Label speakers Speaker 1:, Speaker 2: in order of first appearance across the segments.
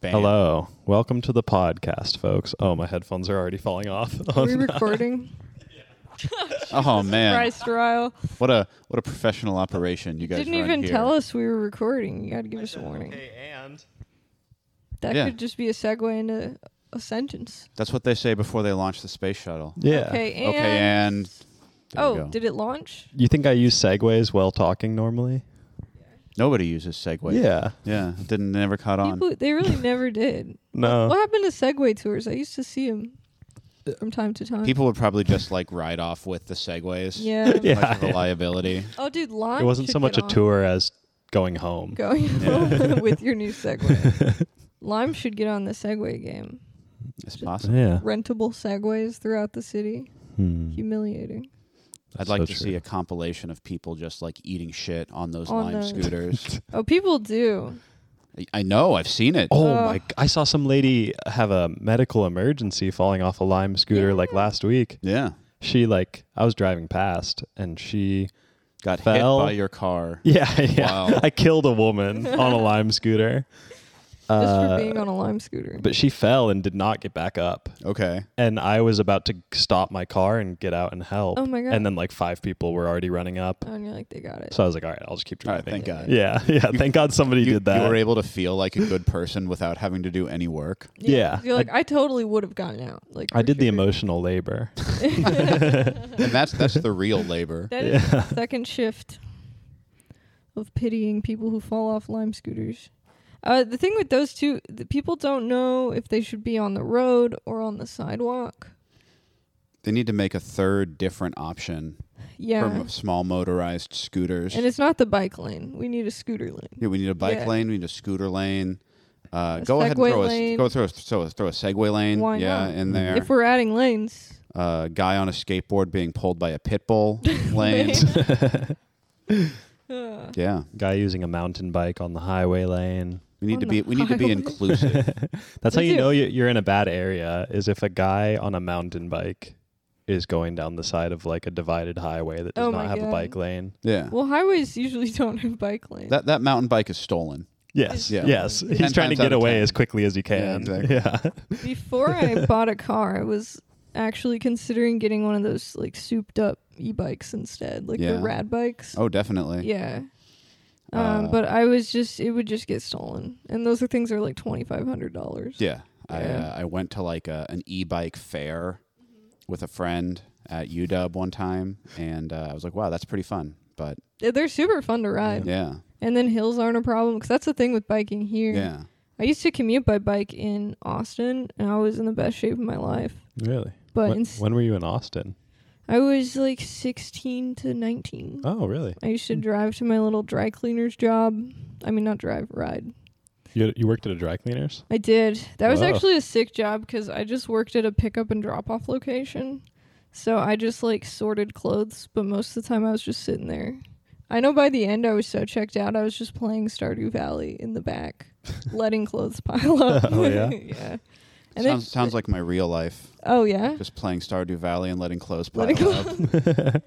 Speaker 1: Bam.
Speaker 2: Hello. Welcome to the podcast, folks. Oh, my headphones are already falling off.
Speaker 3: Are we recording?
Speaker 1: Oh man,
Speaker 3: Christ, Ryle.
Speaker 1: what a what a professional operation you guys
Speaker 3: Didn't
Speaker 1: run
Speaker 3: even
Speaker 1: here.
Speaker 3: tell us we were recording. You got to give us a warning.
Speaker 2: and
Speaker 3: That
Speaker 1: Yeah.
Speaker 3: could just be a segue into a sentence.
Speaker 1: That's what they say before they launch the space shuttle.
Speaker 2: yeah.
Speaker 3: Okay, and.
Speaker 1: Okay, and there you
Speaker 3: oh,
Speaker 1: go.
Speaker 3: did it launch?
Speaker 2: You think I use segues while talking normally?
Speaker 1: nobody uses Segway.
Speaker 2: Yeah.
Speaker 1: yeah, it didn't never caught on.
Speaker 3: People, they really never did.
Speaker 2: No.
Speaker 3: What happened to Segway tours? I used to see them from time to time.
Speaker 1: People would probably just like ride off with the Segways.
Speaker 3: Yeah.
Speaker 2: Yeah.
Speaker 1: much of a liability.
Speaker 3: Oh, dude, launch.
Speaker 2: It wasn't
Speaker 3: should
Speaker 2: so much
Speaker 3: get
Speaker 2: a
Speaker 3: on.
Speaker 2: tour as going home.
Speaker 3: Going home with your new Segway. Lime should get on the Segway game.
Speaker 1: It's possible.
Speaker 2: Yeah.
Speaker 3: Rentable Segways throughout the city.
Speaker 2: Hmm.
Speaker 3: Humiliating.
Speaker 1: I'd
Speaker 2: That's
Speaker 1: like
Speaker 2: so
Speaker 1: to
Speaker 2: true.
Speaker 1: see a compilation of people just like eating shit on those
Speaker 3: On
Speaker 1: Lime
Speaker 3: the-
Speaker 1: scooters.
Speaker 3: Oh, people do.
Speaker 1: I- I know, I've seen it.
Speaker 2: Oh
Speaker 3: Uh,
Speaker 2: my! g- I saw some lady have a medical emergency falling off a Lime scooter like last week.
Speaker 1: Yeah,
Speaker 2: She like I was driving past and she
Speaker 1: got
Speaker 2: Fell.
Speaker 1: hit by your car.
Speaker 2: yeah yeah
Speaker 1: Wow.
Speaker 2: I killed a woman on a Lime scooter.
Speaker 3: Just
Speaker 2: Uh,
Speaker 3: for being on a Lime scooter.
Speaker 2: but she fell and did not get back up.
Speaker 1: Okay.
Speaker 2: And I was about to stop my car and get out and help.
Speaker 3: Oh my God.
Speaker 2: And then like five people were already running up.
Speaker 3: Oh, and you're like, they got it.
Speaker 2: So I was like, all right, I'll just keep
Speaker 1: All
Speaker 2: driving.
Speaker 1: right. Thank God.
Speaker 2: Yeah, yeah. Thank God somebody
Speaker 1: you,
Speaker 2: did that.
Speaker 1: you were able to feel like a good person without having to do any work.
Speaker 2: yeah.
Speaker 3: You're like, I, totally would have gotten out. Like,
Speaker 2: I
Speaker 3: for
Speaker 2: did the
Speaker 3: sure.
Speaker 2: emotional labor.
Speaker 1: And that's that's the real labor.
Speaker 3: That is the second shift of pitying people who fall off Lime scooters. Uh, the thing with those two, the people don't know if they should be on the road or on the sidewalk.
Speaker 1: They need to make a third different option
Speaker 3: Yeah.
Speaker 1: for m- small motorized scooters.
Speaker 3: and it's not the bike lane. We need a scooter lane.
Speaker 1: Yeah, we need a bike
Speaker 3: Yeah.
Speaker 1: lane. We need a scooter lane. Uh,
Speaker 3: A
Speaker 1: go ahead and
Speaker 3: Segway
Speaker 1: throw a
Speaker 3: lane.
Speaker 1: go throw a, throw a, throw a Segway lane.
Speaker 3: Why
Speaker 1: yeah,
Speaker 3: not?
Speaker 1: in there.
Speaker 3: If we're adding lanes,
Speaker 1: uh, guy on a skateboard being pulled by a pit bull lane.
Speaker 3: uh,
Speaker 1: yeah,
Speaker 2: Guy using a mountain bike on the highway lane.
Speaker 1: we need
Speaker 3: On
Speaker 1: to
Speaker 3: the
Speaker 1: be we need to be
Speaker 3: highway.
Speaker 1: inclusive.
Speaker 2: That's
Speaker 3: We
Speaker 2: how you
Speaker 3: do.
Speaker 2: know you- you're in a bad area is if a guy on a mountain bike is going down the side of like a divided highway that does
Speaker 3: Oh
Speaker 2: not
Speaker 3: my
Speaker 2: have a
Speaker 3: God.
Speaker 2: bike lane.
Speaker 1: yeah,
Speaker 3: well, highways usually don't have bike lanes.
Speaker 1: that that mountain bike is stolen.
Speaker 2: Yes.
Speaker 1: Yeah.
Speaker 2: Yes.
Speaker 1: Ten
Speaker 2: He's trying to
Speaker 1: times out
Speaker 2: get
Speaker 1: of
Speaker 2: away
Speaker 1: ten.
Speaker 2: as quickly as he can.
Speaker 1: exactly.
Speaker 2: yeah.
Speaker 3: Before I bought a car, I was actually considering getting one of those like souped up e-bikes instead, like
Speaker 1: Yeah.
Speaker 3: the rad bikes.
Speaker 1: Oh, definitely.
Speaker 3: Yeah. Um,
Speaker 1: Uh,
Speaker 3: but I was just it would just get stolen, and those are things that are like twenty five hundred dollars.
Speaker 1: Yeah. I,
Speaker 3: Yeah.
Speaker 1: uh, I went to like a, an e bike fair with a friend at UW one time, and uh, I was like, wow, that's pretty fun. But
Speaker 3: They're super fun to ride,
Speaker 1: yeah,
Speaker 3: and then hills aren't a problem because that's the thing with biking here.
Speaker 1: yeah.
Speaker 3: I used to commute by bike in Austin, and I was in the best shape of my life.
Speaker 2: Really?
Speaker 3: But
Speaker 2: when,
Speaker 3: ins-
Speaker 2: when were you in Austin?
Speaker 3: I was like sixteen to nineteen.
Speaker 2: Oh, really?
Speaker 3: I used to drive to my little dry cleaner's job. I mean, not drive, ride.
Speaker 2: You, you worked at a dry cleaners?
Speaker 3: I did. That was
Speaker 2: Wow.
Speaker 3: actually a sick job because I just worked at a pickup and drop off location. So I just like sorted clothes, but most of the time I was just sitting there. I know by the end I was so checked out, I was just playing Stardew Valley in the back, letting clothes pile up.
Speaker 2: Oh, yeah?
Speaker 3: yeah. And then,
Speaker 1: Sounds, sounds like my real life.
Speaker 3: oh, yeah.
Speaker 1: Just playing Stardew Valley and letting clothes pile
Speaker 3: Letting
Speaker 1: up.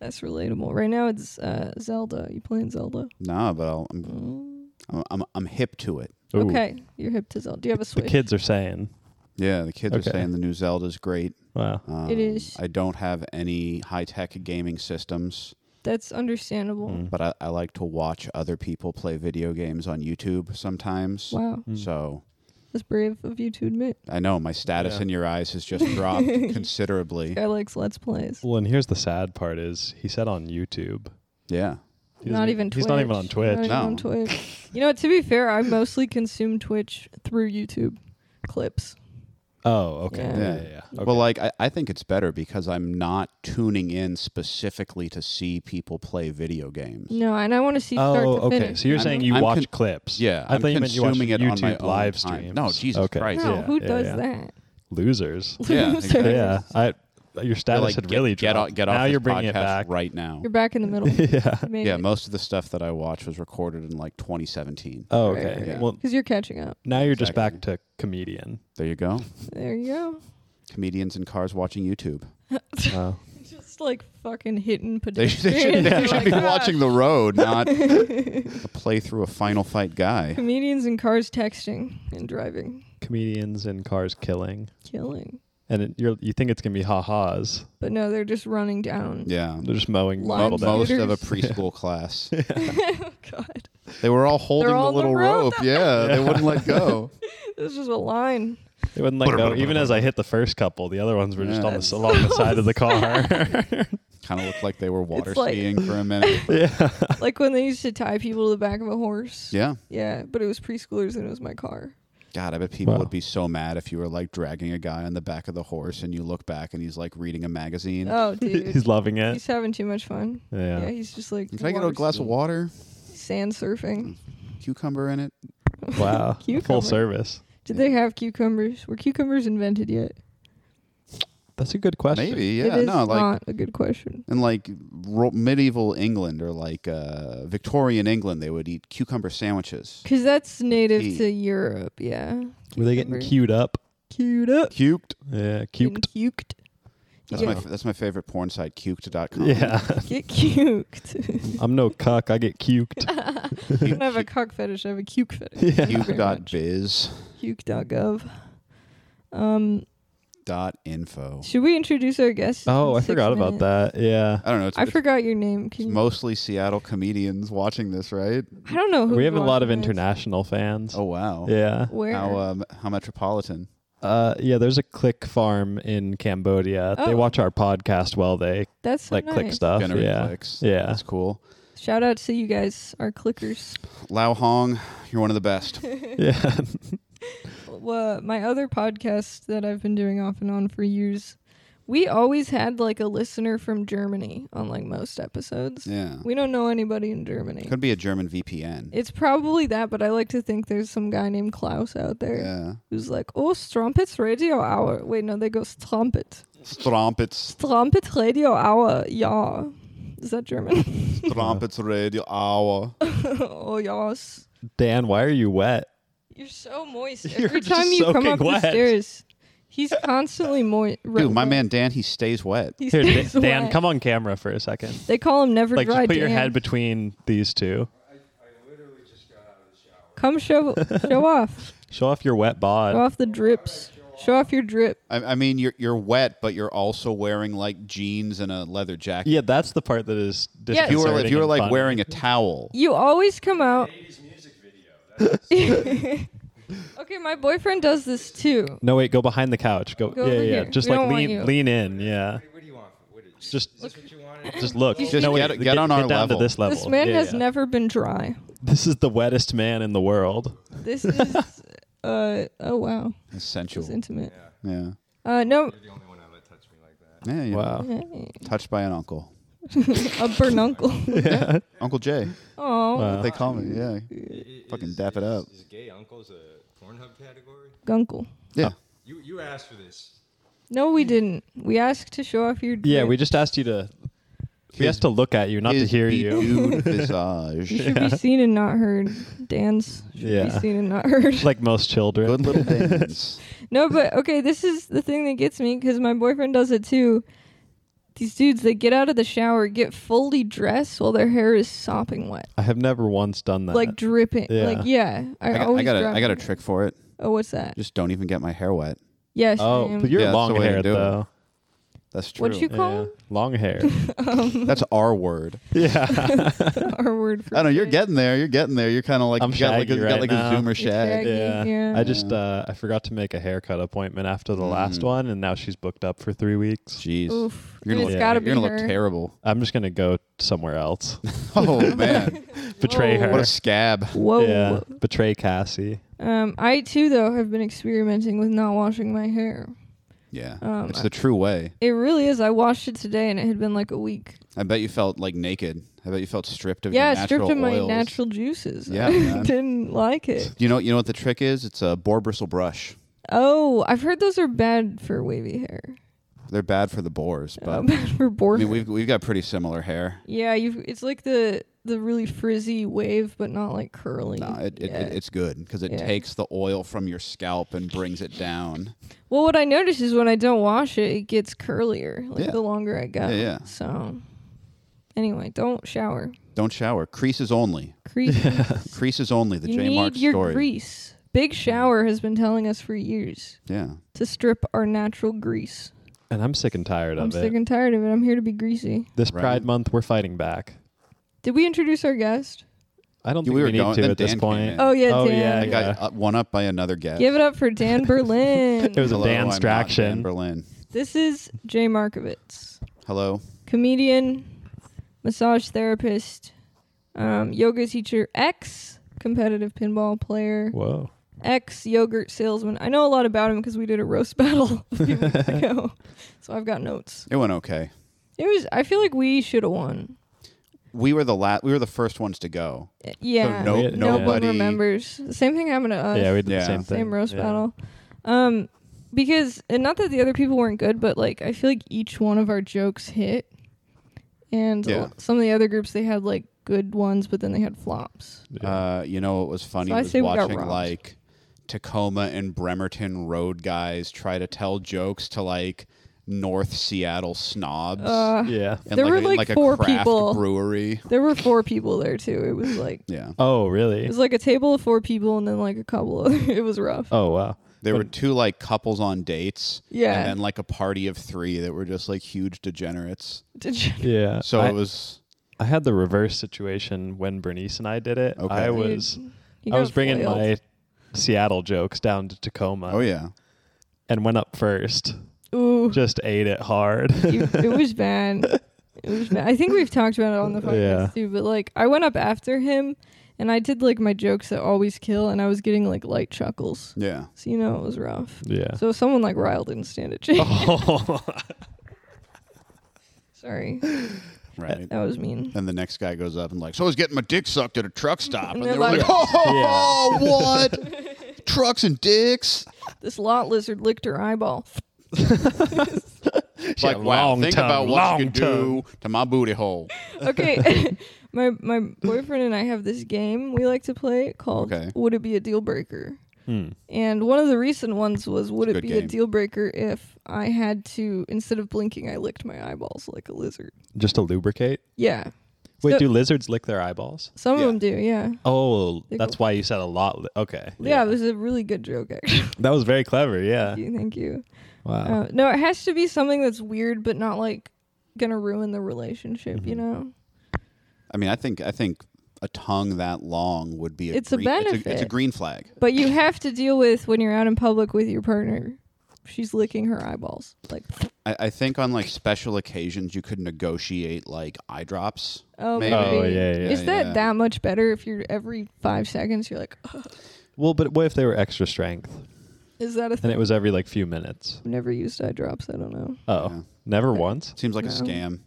Speaker 3: That's relatable. Right now it's uh, Zelda. You playing Zelda?
Speaker 1: No, but I'll, I'm,
Speaker 3: Mm.
Speaker 1: I'm, I'm, I'm hip to it.
Speaker 2: Ooh.
Speaker 3: Okay. You're hip to Zelda. Do you have a
Speaker 2: The
Speaker 3: Switch?
Speaker 2: kids are saying,
Speaker 1: Yeah, the kids
Speaker 2: Okay.
Speaker 1: are saying the new Zelda's great.
Speaker 2: wow.
Speaker 1: Um,
Speaker 3: It is.
Speaker 1: I don't have any high tech gaming systems,
Speaker 3: That's understandable.
Speaker 2: Mm.
Speaker 1: but I, I like to watch other people play video games on YouTube sometimes.
Speaker 3: Wow.
Speaker 2: Mm.
Speaker 1: So
Speaker 3: That's brave of you to admit.
Speaker 1: I know my status
Speaker 2: Yeah.
Speaker 1: in your eyes has just dropped considerably.
Speaker 3: Guy likes Let's Plays.
Speaker 2: Well, and here's the sad part is he said on YouTube.
Speaker 1: Yeah.
Speaker 2: He
Speaker 3: not
Speaker 2: doesn't- e-
Speaker 3: even Twitch.
Speaker 2: He's not even on Twitch.
Speaker 3: Not even on
Speaker 1: No.
Speaker 3: Twitch. You know, to be fair, I mostly consume Twitch through YouTube clips.
Speaker 2: Oh, okay.
Speaker 3: Yeah.
Speaker 2: Yeah, yeah, yeah. Okay.
Speaker 1: Well, like I, I think it's better because I'm not tuning in specifically to see people play video games.
Speaker 3: No, and I want to see start
Speaker 2: oh,
Speaker 3: to
Speaker 2: okay.
Speaker 3: finish.
Speaker 2: So you're
Speaker 1: I'm-
Speaker 2: saying you
Speaker 1: I'm
Speaker 2: watch
Speaker 1: con-
Speaker 2: clips.
Speaker 1: Yeah,
Speaker 2: I
Speaker 1: I'm
Speaker 2: thought you meant you watch
Speaker 1: consuming it on my
Speaker 2: YouTube
Speaker 1: own
Speaker 2: live
Speaker 1: time.
Speaker 2: streams.
Speaker 1: No, Jesus
Speaker 2: okay.
Speaker 1: Christ.
Speaker 3: no,
Speaker 2: yeah,
Speaker 3: who
Speaker 2: yeah,
Speaker 3: does
Speaker 2: yeah.
Speaker 3: that?
Speaker 2: Losers.
Speaker 1: Yeah,
Speaker 3: Losers.
Speaker 1: exactly.
Speaker 2: yeah. I your status
Speaker 1: They're like,
Speaker 2: had
Speaker 1: "Get-
Speaker 2: really
Speaker 1: get,
Speaker 2: dropped.
Speaker 1: off, get off
Speaker 2: now
Speaker 1: this
Speaker 2: you're bringing
Speaker 1: podcast
Speaker 2: it back.
Speaker 1: right now.
Speaker 3: You're back in the middle.
Speaker 2: yeah.
Speaker 1: Yeah, most of the stuff that I watch was recorded in like 2017.
Speaker 2: Oh,
Speaker 3: Right,
Speaker 2: okay.
Speaker 3: right,
Speaker 1: right.
Speaker 2: Well,
Speaker 3: because you're catching up.
Speaker 2: now you're just
Speaker 1: Exactly.
Speaker 2: back to comedian.
Speaker 1: There you go.
Speaker 3: There you go.
Speaker 1: Comedians in cars watching YouTube.
Speaker 2: Oh.
Speaker 3: just like fucking hitting
Speaker 1: They,
Speaker 3: pedestrians.
Speaker 1: should- they should, they
Speaker 3: They're
Speaker 1: should
Speaker 3: like,
Speaker 1: be
Speaker 3: "Ah."
Speaker 1: watching the road, not a playthrough of Final Fight guy.
Speaker 3: Comedians in cars texting and driving,
Speaker 2: Comedians in cars killing,
Speaker 3: killing.
Speaker 2: and it, you're, you think it's gonna be ha ha's.
Speaker 3: But no, they're just running down.
Speaker 1: Yeah.
Speaker 2: They're just mowing
Speaker 3: Lime
Speaker 2: people
Speaker 1: Mo-
Speaker 3: Lines
Speaker 2: down.
Speaker 1: most of a
Speaker 3: shooters.
Speaker 1: preschool class.
Speaker 3: oh God,
Speaker 1: They were all holding the
Speaker 3: all on the
Speaker 1: little
Speaker 3: road.
Speaker 1: rope. Yeah, they
Speaker 2: Yeah.
Speaker 1: wouldn't let go.
Speaker 3: this is a line.
Speaker 2: They wouldn't let go. Even as I hit the first couple, the other ones were just
Speaker 1: Yeah.
Speaker 2: on the, along the side of the car.
Speaker 1: kind of looked like they were water
Speaker 3: It's like-
Speaker 1: skiing for a minute.
Speaker 2: yeah.
Speaker 3: like when they used to tie people to the back of a horse.
Speaker 1: Yeah.
Speaker 3: Yeah, but it was preschoolers and it was my car.
Speaker 1: God, I bet people
Speaker 2: Wow.
Speaker 1: would be so mad if you were like dragging a guy on the back of the horse and you look back and he's like reading a magazine.
Speaker 3: Oh, dude.
Speaker 2: He's loving it.
Speaker 3: He's having too much fun. Yeah,
Speaker 2: Yeah.
Speaker 3: he's just like
Speaker 1: Can I get a
Speaker 3: water
Speaker 1: glass of Mm. water?
Speaker 3: sand surfing.
Speaker 1: Cucumber in it?
Speaker 2: Wow. Full
Speaker 3: Cucumber.
Speaker 2: service.
Speaker 3: Did they have cucumbers? Were cucumbers invented yet?
Speaker 2: That's a good question.
Speaker 1: Maybe.
Speaker 3: it
Speaker 1: Yeah.
Speaker 3: is
Speaker 1: No, like
Speaker 3: not a good question.
Speaker 1: in like ro- medieval England or like uh, Victorian England, they would eat cucumber sandwiches.
Speaker 3: Because that's native
Speaker 1: Eat.
Speaker 3: to Europe, yeah.
Speaker 2: Were they getting
Speaker 3: Cucumber.
Speaker 2: queued up?
Speaker 3: Cuked up.
Speaker 1: Cuked.
Speaker 2: Yeah,
Speaker 3: Getting
Speaker 2: cuked.
Speaker 3: Cuked. You
Speaker 1: That's my
Speaker 3: get,
Speaker 1: that's my favorite porn site, cuked.com.
Speaker 2: Yeah.
Speaker 3: get cuked.
Speaker 2: I'm no cuck. I get cuked.
Speaker 3: I don't have a cock fetish, I have a cuke fetish.
Speaker 2: Yeah.
Speaker 3: Pretty much.
Speaker 1: Cuke.biz.
Speaker 3: Cuke.gov. Um,
Speaker 1: Dot info.
Speaker 3: should we introduce our guest?
Speaker 2: Oh,
Speaker 3: in
Speaker 2: I
Speaker 3: six
Speaker 2: forgot about
Speaker 3: minutes?
Speaker 2: that. Yeah.
Speaker 1: I don't know. It's,
Speaker 3: I
Speaker 1: it's
Speaker 3: forgot your name. Can you,
Speaker 1: mostly Seattle comedians watching this, right?
Speaker 3: I don't know who
Speaker 2: We have a lot of uh,
Speaker 3: watching this.
Speaker 2: international fans.
Speaker 1: Oh wow.
Speaker 2: Yeah.
Speaker 3: Where?
Speaker 1: How um how metropolitan.
Speaker 2: Uh, yeah, there's a click farm in Cambodia. They
Speaker 3: Oh.
Speaker 2: watch our podcast while they
Speaker 3: That's so
Speaker 2: like click
Speaker 3: nice.
Speaker 2: stuff.
Speaker 1: Generate
Speaker 2: yeah.
Speaker 1: clicks.
Speaker 2: Yeah.
Speaker 1: That's cool.
Speaker 3: Shout out to you guys, our clickers.
Speaker 1: Lao Hong, you're one of the best.
Speaker 2: Yeah.
Speaker 3: well, my other podcast that I've been doing off and on for years, we always had like a listener from Germany on like most episodes.
Speaker 1: Yeah.
Speaker 3: We don't know anybody in Germany.
Speaker 1: Could be a German VPN.
Speaker 3: It's probably that, but I like to think there's some guy named Klaus out there
Speaker 1: Yeah.
Speaker 3: who's like, oh, Strumpets Radio Hour. Wait, no, they go Strumpet.
Speaker 1: Strumpets.
Speaker 3: Strumpet Radio Hour. Yeah. Is that German?
Speaker 1: Strumpets radio hour.
Speaker 3: oh, yes.
Speaker 2: Dan, why are you wet?
Speaker 3: You're so moist.
Speaker 2: You're
Speaker 3: Every
Speaker 2: just
Speaker 3: time you come
Speaker 2: soaking
Speaker 3: up
Speaker 2: wet.
Speaker 3: the stairs, he's constantly moist.
Speaker 1: Dude, my man Dan, he stays wet.
Speaker 3: He's
Speaker 2: Here, Dan, Dan, come on camera for a second.
Speaker 3: They call him Never
Speaker 2: Like,
Speaker 3: Dry
Speaker 2: just put
Speaker 3: Dan.
Speaker 2: your head between these two.
Speaker 3: come show show off.
Speaker 2: Show off your wet bod.
Speaker 3: Show off the drips. Show off your drip.
Speaker 1: I, I mean, you're you're wet, but you're also wearing like jeans and a leather jacket.
Speaker 2: yeah, that's the part that is
Speaker 3: Yeah.
Speaker 1: If you
Speaker 2: disconcerting.
Speaker 1: were if you were
Speaker 2: and
Speaker 1: like
Speaker 2: funny.
Speaker 1: wearing a towel,
Speaker 3: You always come out. okay, my boyfriend does this too.
Speaker 2: No, wait, go behind the couch. Go.
Speaker 3: Go
Speaker 2: yeah,
Speaker 3: over
Speaker 2: yeah.
Speaker 3: here.
Speaker 2: Just
Speaker 3: We
Speaker 2: like
Speaker 3: don't want you.
Speaker 2: lean, lean in. Yeah.
Speaker 4: What do you want? What did you,
Speaker 2: Just,
Speaker 4: is this what you wanted?
Speaker 2: just look.
Speaker 1: Just
Speaker 2: no, wait,
Speaker 1: get- get on our
Speaker 2: down
Speaker 1: level.
Speaker 2: To this level.
Speaker 3: This man
Speaker 2: Yeah,
Speaker 3: has
Speaker 2: yeah.
Speaker 3: never been dry.
Speaker 2: This is the wettest man in the world.
Speaker 3: This is uh oh wow.
Speaker 1: it's
Speaker 3: It's
Speaker 1: sensual.
Speaker 3: intimate.
Speaker 1: Yeah.
Speaker 3: Uh no
Speaker 4: You're the only one I let touch me like that.
Speaker 1: Yeah. You're
Speaker 2: Wow.
Speaker 1: Touched by an uncle.
Speaker 3: a burnuncle.
Speaker 1: Uncle Jay.
Speaker 2: Uh,
Speaker 3: Oh
Speaker 2: Wow.
Speaker 1: They call me. Yeah.
Speaker 4: I-
Speaker 1: Fucking
Speaker 4: is-
Speaker 1: dap it
Speaker 4: is-
Speaker 1: up.
Speaker 4: Is gay uncles a Pornhub category?
Speaker 3: gunkle.
Speaker 1: Yeah.
Speaker 4: You you asked for this.
Speaker 3: No, we didn't. We asked to show off your drip.
Speaker 2: Yeah, we just asked you to. We asked to look at you, not to
Speaker 1: His
Speaker 2: hear you.
Speaker 1: bedewed visage.
Speaker 3: should be seen and not heard. Dan's should
Speaker 2: Yeah.
Speaker 3: be seen and not heard.
Speaker 2: Like most children.
Speaker 1: Good little dance.
Speaker 3: No, but okay, this is the thing that gets me because my boyfriend does it too. These dudes, they get out of the shower, get fully dressed while their hair is sopping wet,
Speaker 2: I have never once done that.
Speaker 3: like dripping.
Speaker 2: yeah.
Speaker 3: Like, yeah, I,
Speaker 1: I got,
Speaker 3: always
Speaker 1: I got a
Speaker 3: grab-
Speaker 1: I got a trick for it.
Speaker 3: Oh, what's that?
Speaker 1: Just don't even get my hair wet.
Speaker 3: Yes.
Speaker 2: oh,
Speaker 3: ma'am.
Speaker 2: but you're
Speaker 1: Yeah, that's
Speaker 2: long
Speaker 1: the way to
Speaker 2: hair
Speaker 1: do it.
Speaker 2: though.
Speaker 1: That's true.
Speaker 3: What'd you call
Speaker 2: Yeah. Long hair.
Speaker 1: That's our word.
Speaker 2: yeah.
Speaker 3: our word for?
Speaker 1: I don't know. You're
Speaker 3: it.
Speaker 1: getting there. You're getting there. You're kind of like
Speaker 2: I'm
Speaker 1: you got like, a,
Speaker 2: shaggy
Speaker 1: got
Speaker 2: right
Speaker 1: like
Speaker 2: now.
Speaker 1: a zoomer
Speaker 3: You're
Speaker 1: shag.
Speaker 3: shaggy.
Speaker 2: Yeah.
Speaker 3: Yeah.
Speaker 2: I just uh, I forgot to make a haircut appointment after the last
Speaker 1: Mm-hmm.
Speaker 2: one, and now she's booked up for three weeks.
Speaker 1: Jeez,
Speaker 3: Oof.
Speaker 1: you're gonna
Speaker 3: Dude, it's
Speaker 1: look,
Speaker 3: gotta
Speaker 1: you're gonna
Speaker 3: be
Speaker 1: look
Speaker 3: her.
Speaker 1: terrible.
Speaker 2: I'm just gonna go somewhere else.
Speaker 1: Oh man,
Speaker 2: Betray
Speaker 3: Whoa.
Speaker 2: her.
Speaker 1: what a scab.
Speaker 3: Whoa.
Speaker 2: Yeah. Betray Cassie.
Speaker 3: Um, I too though have been experimenting with not washing my hair.
Speaker 1: Yeah,
Speaker 3: Um,
Speaker 1: it's the true way.
Speaker 3: It really is. I washed it today, and it had been like a week.
Speaker 1: I bet you felt like naked. I bet you felt stripped of
Speaker 3: yeah,
Speaker 1: your
Speaker 3: it
Speaker 1: natural
Speaker 3: stripped of my
Speaker 1: oils.
Speaker 3: natural juices.
Speaker 1: Yeah,
Speaker 3: I
Speaker 1: man.
Speaker 3: didn't like it.
Speaker 1: You know, you know what the trick is? It's a boar bristle brush.
Speaker 3: Oh, I've heard those are bad for wavy hair.
Speaker 1: They're bad for the boars, but
Speaker 3: Uh, bad for boar.
Speaker 1: I mean, we've we've got pretty similar hair.
Speaker 3: yeah, you. It's like the the really frizzy wave, but not like curly.
Speaker 1: No, it, it,
Speaker 3: Yeah.
Speaker 1: it, it's good because it
Speaker 3: Yeah.
Speaker 1: takes the oil from your scalp and brings it down.
Speaker 3: well, what I notice is when I don't wash it, it gets curlier. Like
Speaker 1: Yeah.
Speaker 3: the longer I go.
Speaker 1: Yeah, yeah.
Speaker 3: So, anyway, don't shower.
Speaker 1: Don't shower. Creases only.
Speaker 3: Crease.
Speaker 1: Creases only. The
Speaker 3: you
Speaker 1: J
Speaker 3: need
Speaker 1: Mark
Speaker 3: your
Speaker 1: story.
Speaker 3: grease. Big Shower has been telling us for years
Speaker 1: Yeah.
Speaker 3: to strip our natural grease.
Speaker 2: And I'm sick and tired
Speaker 3: I'm
Speaker 2: of
Speaker 3: sick
Speaker 2: it.
Speaker 3: and tired of it. I'm here to be greasy.
Speaker 2: This
Speaker 1: Right.
Speaker 2: Pride Month, we're fighting back.
Speaker 3: Did we introduce our guest?
Speaker 2: I don't
Speaker 1: Yeah, we
Speaker 2: think we,
Speaker 1: were
Speaker 2: need
Speaker 1: going-
Speaker 2: to
Speaker 1: then
Speaker 2: at this
Speaker 1: Dan came in.
Speaker 2: point.
Speaker 3: Oh yeah,
Speaker 2: Oh, yeah,
Speaker 3: Dan.
Speaker 1: I got uh, one up by another guest.
Speaker 3: Give it up for Dan Berlin.
Speaker 2: It was a
Speaker 1: Hello, I'm not
Speaker 2: Dan
Speaker 1: Dan
Speaker 2: distraction.
Speaker 1: Berlin.
Speaker 3: this is Jay Markovitz,
Speaker 1: Hello.
Speaker 3: comedian, massage therapist, um, yoga teacher, ex competitive pinball player,
Speaker 2: Whoa.
Speaker 3: ex yogurt salesman. I know a lot about him because we did a roast battle a few weeks ago, so I've got notes.
Speaker 1: It went okay.
Speaker 3: It was. I feel like we should have won. Eh,
Speaker 1: We were the la- We were the first ones to go.
Speaker 3: Yeah.
Speaker 1: So no,
Speaker 2: Yeah.
Speaker 3: no one
Speaker 1: nobody.
Speaker 3: remembers. The same thing happened to us.
Speaker 2: Yeah, we did
Speaker 1: Yeah.
Speaker 2: the same thing.
Speaker 3: same roast
Speaker 2: Yeah.
Speaker 3: battle. Um, because and not that the other people weren't good, but like I feel like each one of our jokes hit, and
Speaker 1: Yeah.
Speaker 3: some of the other groups they had like good ones, but then they had flops.
Speaker 2: Yeah.
Speaker 1: Uh, you know what was funny
Speaker 3: So I
Speaker 1: was
Speaker 3: say we got
Speaker 1: watching
Speaker 3: robbed.
Speaker 1: like Tacoma and Bremerton road guys try to tell jokes to like North Seattle snobs.
Speaker 3: Uh,
Speaker 2: yeah.
Speaker 1: and
Speaker 3: there
Speaker 1: like,
Speaker 3: were,
Speaker 1: a-
Speaker 3: like,
Speaker 1: a
Speaker 3: four
Speaker 1: craft
Speaker 3: people.
Speaker 1: brewery.
Speaker 3: there were four people there too. It was like
Speaker 1: Yeah.
Speaker 2: Oh,
Speaker 3: it
Speaker 2: really?
Speaker 3: was like a table of four people, and then like a couple. Of, it was rough.
Speaker 2: Oh, wow.
Speaker 1: There were two like couples on dates.
Speaker 3: Yeah.
Speaker 1: And then like a party of three that were just like huge degenerates.
Speaker 3: Did you-
Speaker 2: Yeah.
Speaker 1: So
Speaker 2: I,
Speaker 1: it was
Speaker 2: I had the reverse situation when Bernice and I did it.
Speaker 1: Okay.
Speaker 2: I
Speaker 1: Dude,
Speaker 2: was
Speaker 3: you
Speaker 2: I was
Speaker 3: got
Speaker 2: bringing
Speaker 3: flailed.
Speaker 2: my Seattle jokes down to Tacoma
Speaker 1: oh yeah.
Speaker 2: and went up first.
Speaker 3: Ooh,
Speaker 2: Just ate it hard.
Speaker 3: you- it was bad. It was bad. I think we've talked about it on the podcast
Speaker 2: Yeah.
Speaker 3: too, but like I went up after him and I did like my jokes that always kill and I was getting like light chuckles.
Speaker 1: Yeah.
Speaker 3: So you know it was rough.
Speaker 2: yeah.
Speaker 3: So someone like Ryle didn't stand a chance.
Speaker 2: Oh.
Speaker 3: Sorry.
Speaker 1: Right.
Speaker 3: That was mean.
Speaker 1: And the next guy goes up and like, so I was getting my dick sucked at a truck stop. And,
Speaker 3: And they're
Speaker 1: they were like,
Speaker 3: like-
Speaker 1: oh, what? Trucks and dicks?
Speaker 3: This lot lizard licked her eyeball.
Speaker 2: She
Speaker 1: Like,
Speaker 2: had
Speaker 1: wow,
Speaker 2: long
Speaker 1: think
Speaker 2: tongue,
Speaker 1: about what you
Speaker 2: long
Speaker 1: can
Speaker 2: tongue.
Speaker 1: do to my booty hole.
Speaker 3: Okay. my my boyfriend and I have this game we like to play called
Speaker 1: Okay.
Speaker 3: Would It Be a Deal Breaker?
Speaker 2: Hmm.
Speaker 3: And one of the recent ones was Would
Speaker 1: It's a
Speaker 3: it
Speaker 1: good
Speaker 3: be a
Speaker 1: game.
Speaker 3: deal breaker if I had to, instead of blinking, I licked my eyeballs like a lizard?
Speaker 2: Just to lubricate.
Speaker 3: Yeah.
Speaker 2: Wait,
Speaker 3: So-
Speaker 2: do lizards lick their eyeballs?
Speaker 3: Some
Speaker 1: Yeah.
Speaker 3: of them do, yeah.
Speaker 2: Oh,
Speaker 3: They
Speaker 2: that's why you said a lot. Li- okay.
Speaker 3: Yeah, it was a really good joke, actually.
Speaker 2: That was very clever. Yeah.
Speaker 3: Thank you. Thank you.
Speaker 1: Uh-huh.
Speaker 2: Wow.
Speaker 3: Uh, no, it has to be something that's weird, but not like gonna ruin the relationship, you
Speaker 2: Mhm.
Speaker 1: Mm-hmm.
Speaker 3: know?
Speaker 1: I mean, I think I think a tongue that long would be a
Speaker 3: It's a
Speaker 1: green- It's a, it's a
Speaker 3: benefit.
Speaker 1: green flag.
Speaker 3: But you have to deal with when you're out in public with your partner. She's licking her eyeballs. Like,
Speaker 1: I, I think on like special occasions you could negotiate like eye drops.
Speaker 3: oh,
Speaker 1: Maybe.
Speaker 3: maybe.
Speaker 2: Oh, yeah, yeah,
Speaker 3: Is that
Speaker 1: yeah.
Speaker 3: that much better if you're every five seconds, you're like,
Speaker 2: well, but what if they were extra strength
Speaker 3: is that a
Speaker 2: and
Speaker 3: thing?
Speaker 2: it was every like few minutes?
Speaker 3: I've never used eye drops. I don't know.
Speaker 2: Oh,
Speaker 1: Yeah.
Speaker 2: never once.
Speaker 1: Seems like a
Speaker 3: No.
Speaker 1: scam.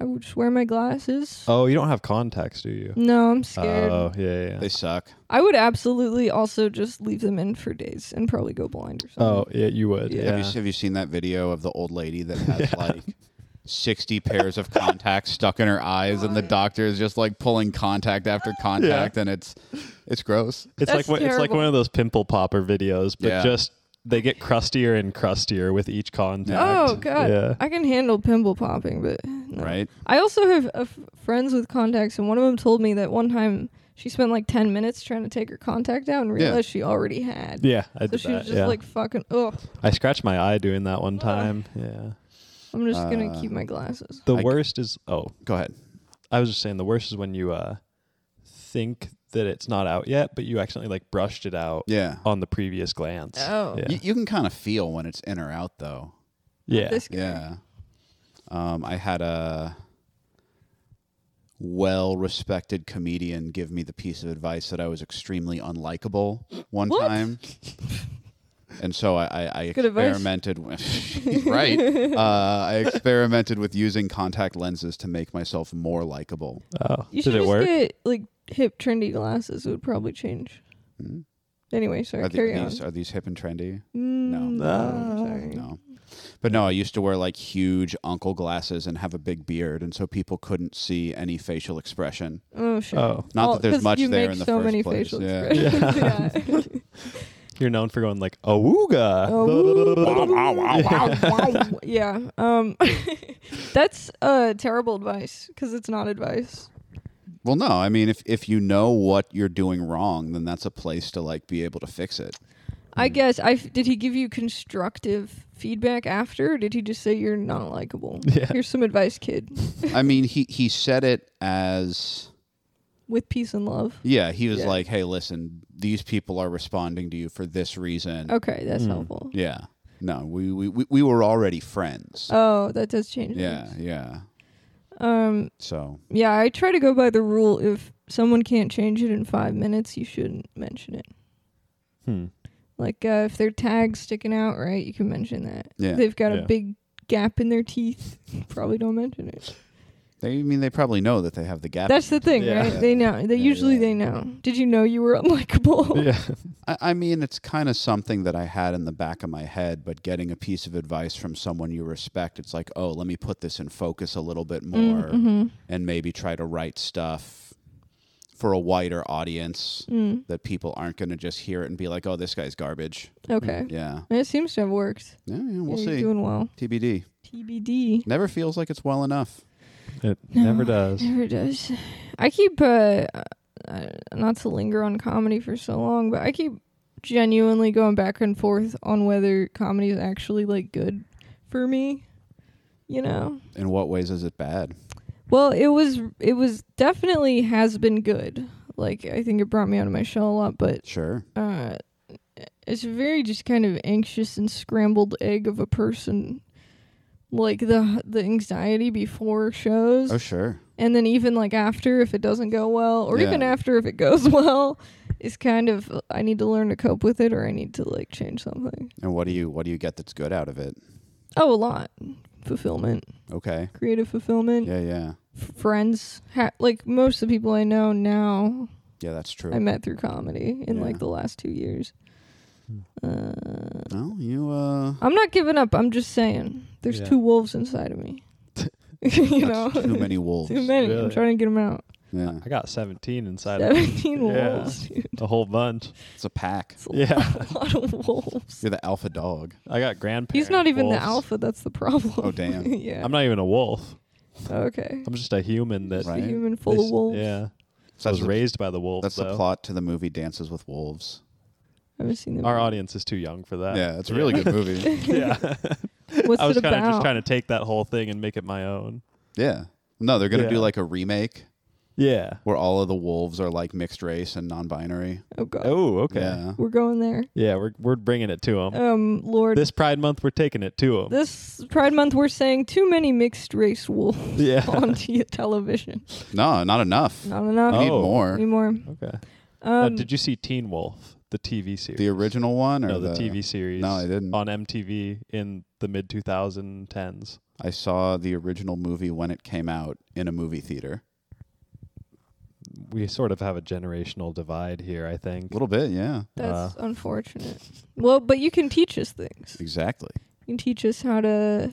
Speaker 3: I would just wear my glasses.
Speaker 2: Oh, you don't have contacts, do you?
Speaker 3: No, I'm scared.
Speaker 2: Oh, yeah, yeah.
Speaker 1: They suck.
Speaker 3: I would absolutely also just leave them in for days and probably go blind or
Speaker 2: Oh,
Speaker 3: something.
Speaker 2: yeah, you would.
Speaker 3: Yeah.
Speaker 2: Yeah.
Speaker 1: Have you have you seen that video of the old lady that has like sixty pairs of contacts stuck in her eyes, and the doctor is just like pulling contact after contact, and it's it's gross.
Speaker 2: It's
Speaker 3: That's
Speaker 2: like one- it's like
Speaker 3: terrible.
Speaker 2: one of those pimple popper videos, but
Speaker 1: Yeah.
Speaker 2: just they get crustier and crustier with each contact.
Speaker 3: Oh, god,
Speaker 2: Yeah.
Speaker 3: I can handle pimple popping, but no.
Speaker 1: Right?
Speaker 3: I also have uh, f- friends with contacts, and one of them told me that one time she spent like ten minutes trying to take her contact out and
Speaker 1: Yeah.
Speaker 3: realized she already had.
Speaker 2: Yeah, I
Speaker 3: So
Speaker 2: did
Speaker 3: she was
Speaker 2: that.
Speaker 3: just
Speaker 2: yeah.
Speaker 3: like fucking. Oh,
Speaker 2: I scratched my eye doing that one time. yeah.
Speaker 3: I'm just gonna
Speaker 1: Uh,
Speaker 3: keep my glasses.
Speaker 2: The
Speaker 1: I-
Speaker 2: worst is oh,
Speaker 1: Go ahead.
Speaker 2: I was just saying the worst is when you uh think that it's not out yet, but you accidentally like brushed it out
Speaker 1: Yeah.
Speaker 2: on the previous glance.
Speaker 3: Oh.
Speaker 2: Yeah.
Speaker 1: You, you can kind of feel when it's in or out, though.
Speaker 2: yeah.
Speaker 3: This guy.
Speaker 1: Yeah. Um, I had a well respected comedian give me the piece of advice that I was extremely unlikable one
Speaker 3: What?
Speaker 1: time. And so I, I, I
Speaker 3: Good advice.
Speaker 1: experimented with She's right. Uh, I experimented with using contact lenses to make myself more likable.
Speaker 2: Oh.
Speaker 3: You should
Speaker 2: Did it
Speaker 3: just
Speaker 2: work?
Speaker 3: get like hip trendy glasses. It would probably change.
Speaker 1: Hmm?
Speaker 3: Anyway, sorry.
Speaker 1: Are, the-
Speaker 3: carry
Speaker 1: these
Speaker 3: on.
Speaker 1: are these hip and trendy?
Speaker 3: Mm,
Speaker 1: No.
Speaker 3: I'm sorry.
Speaker 1: No. But no, I used to wear like huge uncle glasses and have a big beard, and so people couldn't see any facial expression.
Speaker 3: Oh shit.
Speaker 2: Oh.
Speaker 1: Not
Speaker 3: All-
Speaker 1: that there's
Speaker 3: 'cause
Speaker 1: much
Speaker 3: you
Speaker 1: there
Speaker 3: make
Speaker 1: in the
Speaker 3: so
Speaker 1: first
Speaker 3: many
Speaker 1: place,
Speaker 3: facial
Speaker 1: yeah.
Speaker 3: expressions.
Speaker 2: Yeah.
Speaker 3: Yeah.
Speaker 2: You're known for going like awooga.
Speaker 3: Wow. yeah. Um, that's uh, terrible advice because it's not advice.
Speaker 1: Well, no, I mean, if if you know what you're doing wrong, then that's a place to like be able to fix it. Hmm.
Speaker 3: I guess. I f- did he give you constructive feedback after? Or did he just say you're not likable?
Speaker 2: Yeah.
Speaker 3: Here's some advice, kid,
Speaker 1: I mean, he he said it as
Speaker 3: with peace and love.
Speaker 1: yeah, he was
Speaker 3: Yeah.
Speaker 1: like, hey, listen, these people are responding to you for this reason.
Speaker 3: Okay, that's
Speaker 2: Hmm.
Speaker 3: helpful.
Speaker 1: Yeah, no, we we we, we were already friends.
Speaker 3: Oh, that does change.
Speaker 1: yeah,
Speaker 3: things.
Speaker 1: yeah.
Speaker 3: Um.
Speaker 1: So
Speaker 3: Yeah, I try to go by the rule: if someone can't change it in five minutes, you shouldn't mention it.
Speaker 2: Hmm.
Speaker 3: Like uh, if their tag's sticking out, right, you can mention that.
Speaker 1: Yeah.
Speaker 3: They've got
Speaker 2: Yeah.
Speaker 3: a big gap in their teeth. Probably don't mention it.
Speaker 1: they I mean they probably know that they have the gap.
Speaker 3: That's the thing,
Speaker 2: Yeah.
Speaker 3: right? They know. They
Speaker 1: Yeah,
Speaker 3: usually
Speaker 1: yeah.
Speaker 3: they know. Did you know you were unlikable?
Speaker 2: Yeah.
Speaker 1: I, I mean, it's kind of something that I had in the back of my head, but getting a piece of advice from someone you respect, it's like, oh, let me put this in focus a little bit more
Speaker 3: Mm,
Speaker 1: and maybe try to write stuff for a wider audience
Speaker 3: mhm, mm.
Speaker 1: that people aren't going to just hear it and be like, oh, this guy's garbage.
Speaker 3: Okay.
Speaker 1: Yeah.
Speaker 3: It seems to have worked.
Speaker 1: Yeah, yeah we'll
Speaker 3: Yeah,
Speaker 1: see.
Speaker 3: You're doing well.
Speaker 1: TBD.
Speaker 3: TBD.
Speaker 1: Never feels like it's well enough.
Speaker 2: It
Speaker 3: No,
Speaker 2: never does.
Speaker 3: Never does. I keep uh, uh, not to linger on comedy for so long, but I keep genuinely going back and forth on whether comedy is actually like good for me. You know.
Speaker 1: In what ways is it bad?
Speaker 3: Well, it was it was definitely has been good. Like I think it brought me out of my shell a lot, but
Speaker 1: Sure.
Speaker 3: uh it's a very just kind of anxious and scrambled egg of a person. Like the the anxiety before shows
Speaker 1: Oh, sure.
Speaker 3: and then even like after if it doesn't go well or even
Speaker 1: Yeah.
Speaker 3: after if it goes well is kind of uh, I need to learn to cope with it or I need to like change something.
Speaker 1: And what do you what do you get that's good out of it?
Speaker 3: Oh, a lot. Fulfillment,
Speaker 1: Okay.
Speaker 3: creative fulfillment,
Speaker 1: Yeah, yeah.
Speaker 3: f- friends, ha- like most of the people I know now
Speaker 1: Yeah, that's true.
Speaker 3: I met through comedy in
Speaker 1: Yeah. Hmm.
Speaker 3: like the last two years. Uh,
Speaker 1: well, you uh
Speaker 3: I'm not giving up. I'm just saying, there's
Speaker 2: Yeah.
Speaker 3: two wolves inside of me. you know,
Speaker 1: that's too many wolves.
Speaker 3: Too many. I'm
Speaker 2: Really?
Speaker 3: trying to get them out.
Speaker 1: Yeah.
Speaker 2: I got 17 inside of
Speaker 3: Seventeen
Speaker 2: Yeah.
Speaker 3: wolves. Dude.
Speaker 2: a whole bunch.
Speaker 1: It's a pack.
Speaker 3: It's a
Speaker 2: Yeah.
Speaker 3: lot of wolves.
Speaker 1: You're the alpha dog.
Speaker 2: I got grandparents.
Speaker 3: He's not even the alpha. That's the problem.
Speaker 1: Oh, damn.
Speaker 3: yeah.
Speaker 2: I'm not even a wolf.
Speaker 3: okay.
Speaker 2: I'm just a human that
Speaker 3: Just
Speaker 1: Right.
Speaker 3: a human full
Speaker 2: they
Speaker 3: of
Speaker 2: s-
Speaker 3: wolves.
Speaker 2: Yeah.
Speaker 1: So
Speaker 2: I was
Speaker 1: that's the-
Speaker 2: raised by the wolves.
Speaker 1: That's the
Speaker 2: though.
Speaker 1: plot to the movie Dances with Wolves.
Speaker 3: I haven't seen them.
Speaker 2: Our audience is too young for that.
Speaker 1: yeah, it's a really good movie.
Speaker 2: yeah.
Speaker 3: What's
Speaker 2: I was
Speaker 3: it
Speaker 2: kind of
Speaker 3: about?
Speaker 2: just trying to take that whole thing and make it my own.
Speaker 1: Yeah. No, they're gonna do
Speaker 2: Yeah.
Speaker 1: like a remake
Speaker 2: Yeah.
Speaker 1: where all of the wolves are like mixed race and non-binary.
Speaker 3: oh god,
Speaker 2: Oh, okay. Yeah,
Speaker 1: Yeah.
Speaker 3: we're going there.
Speaker 2: we're we're bringing it to them.
Speaker 3: Um, Lord,
Speaker 2: this Pride Month, we're taking it to them.
Speaker 3: this Pride Month, we're saying too many mixed race wolves
Speaker 2: yeah.
Speaker 3: on t- television.
Speaker 1: No, not enough.
Speaker 3: Not
Speaker 1: We
Speaker 3: enough
Speaker 1: need
Speaker 2: Oh.
Speaker 1: more.
Speaker 3: anymore.
Speaker 2: okay. Now,
Speaker 3: Um,
Speaker 2: did uh, you see Teen Wolf, the TV series?
Speaker 1: The original one or
Speaker 2: no, the, TV series.
Speaker 1: No, I didn't.
Speaker 2: On MTV in the mid 2010s.
Speaker 1: I saw the original movie when it came out in a movie theater.
Speaker 2: We sort of have a generational divide here, I think.
Speaker 1: A little bit, yeah.
Speaker 3: that's unfortunate. Well, but you can teach us things.
Speaker 1: Exactly.
Speaker 3: You can teach us how to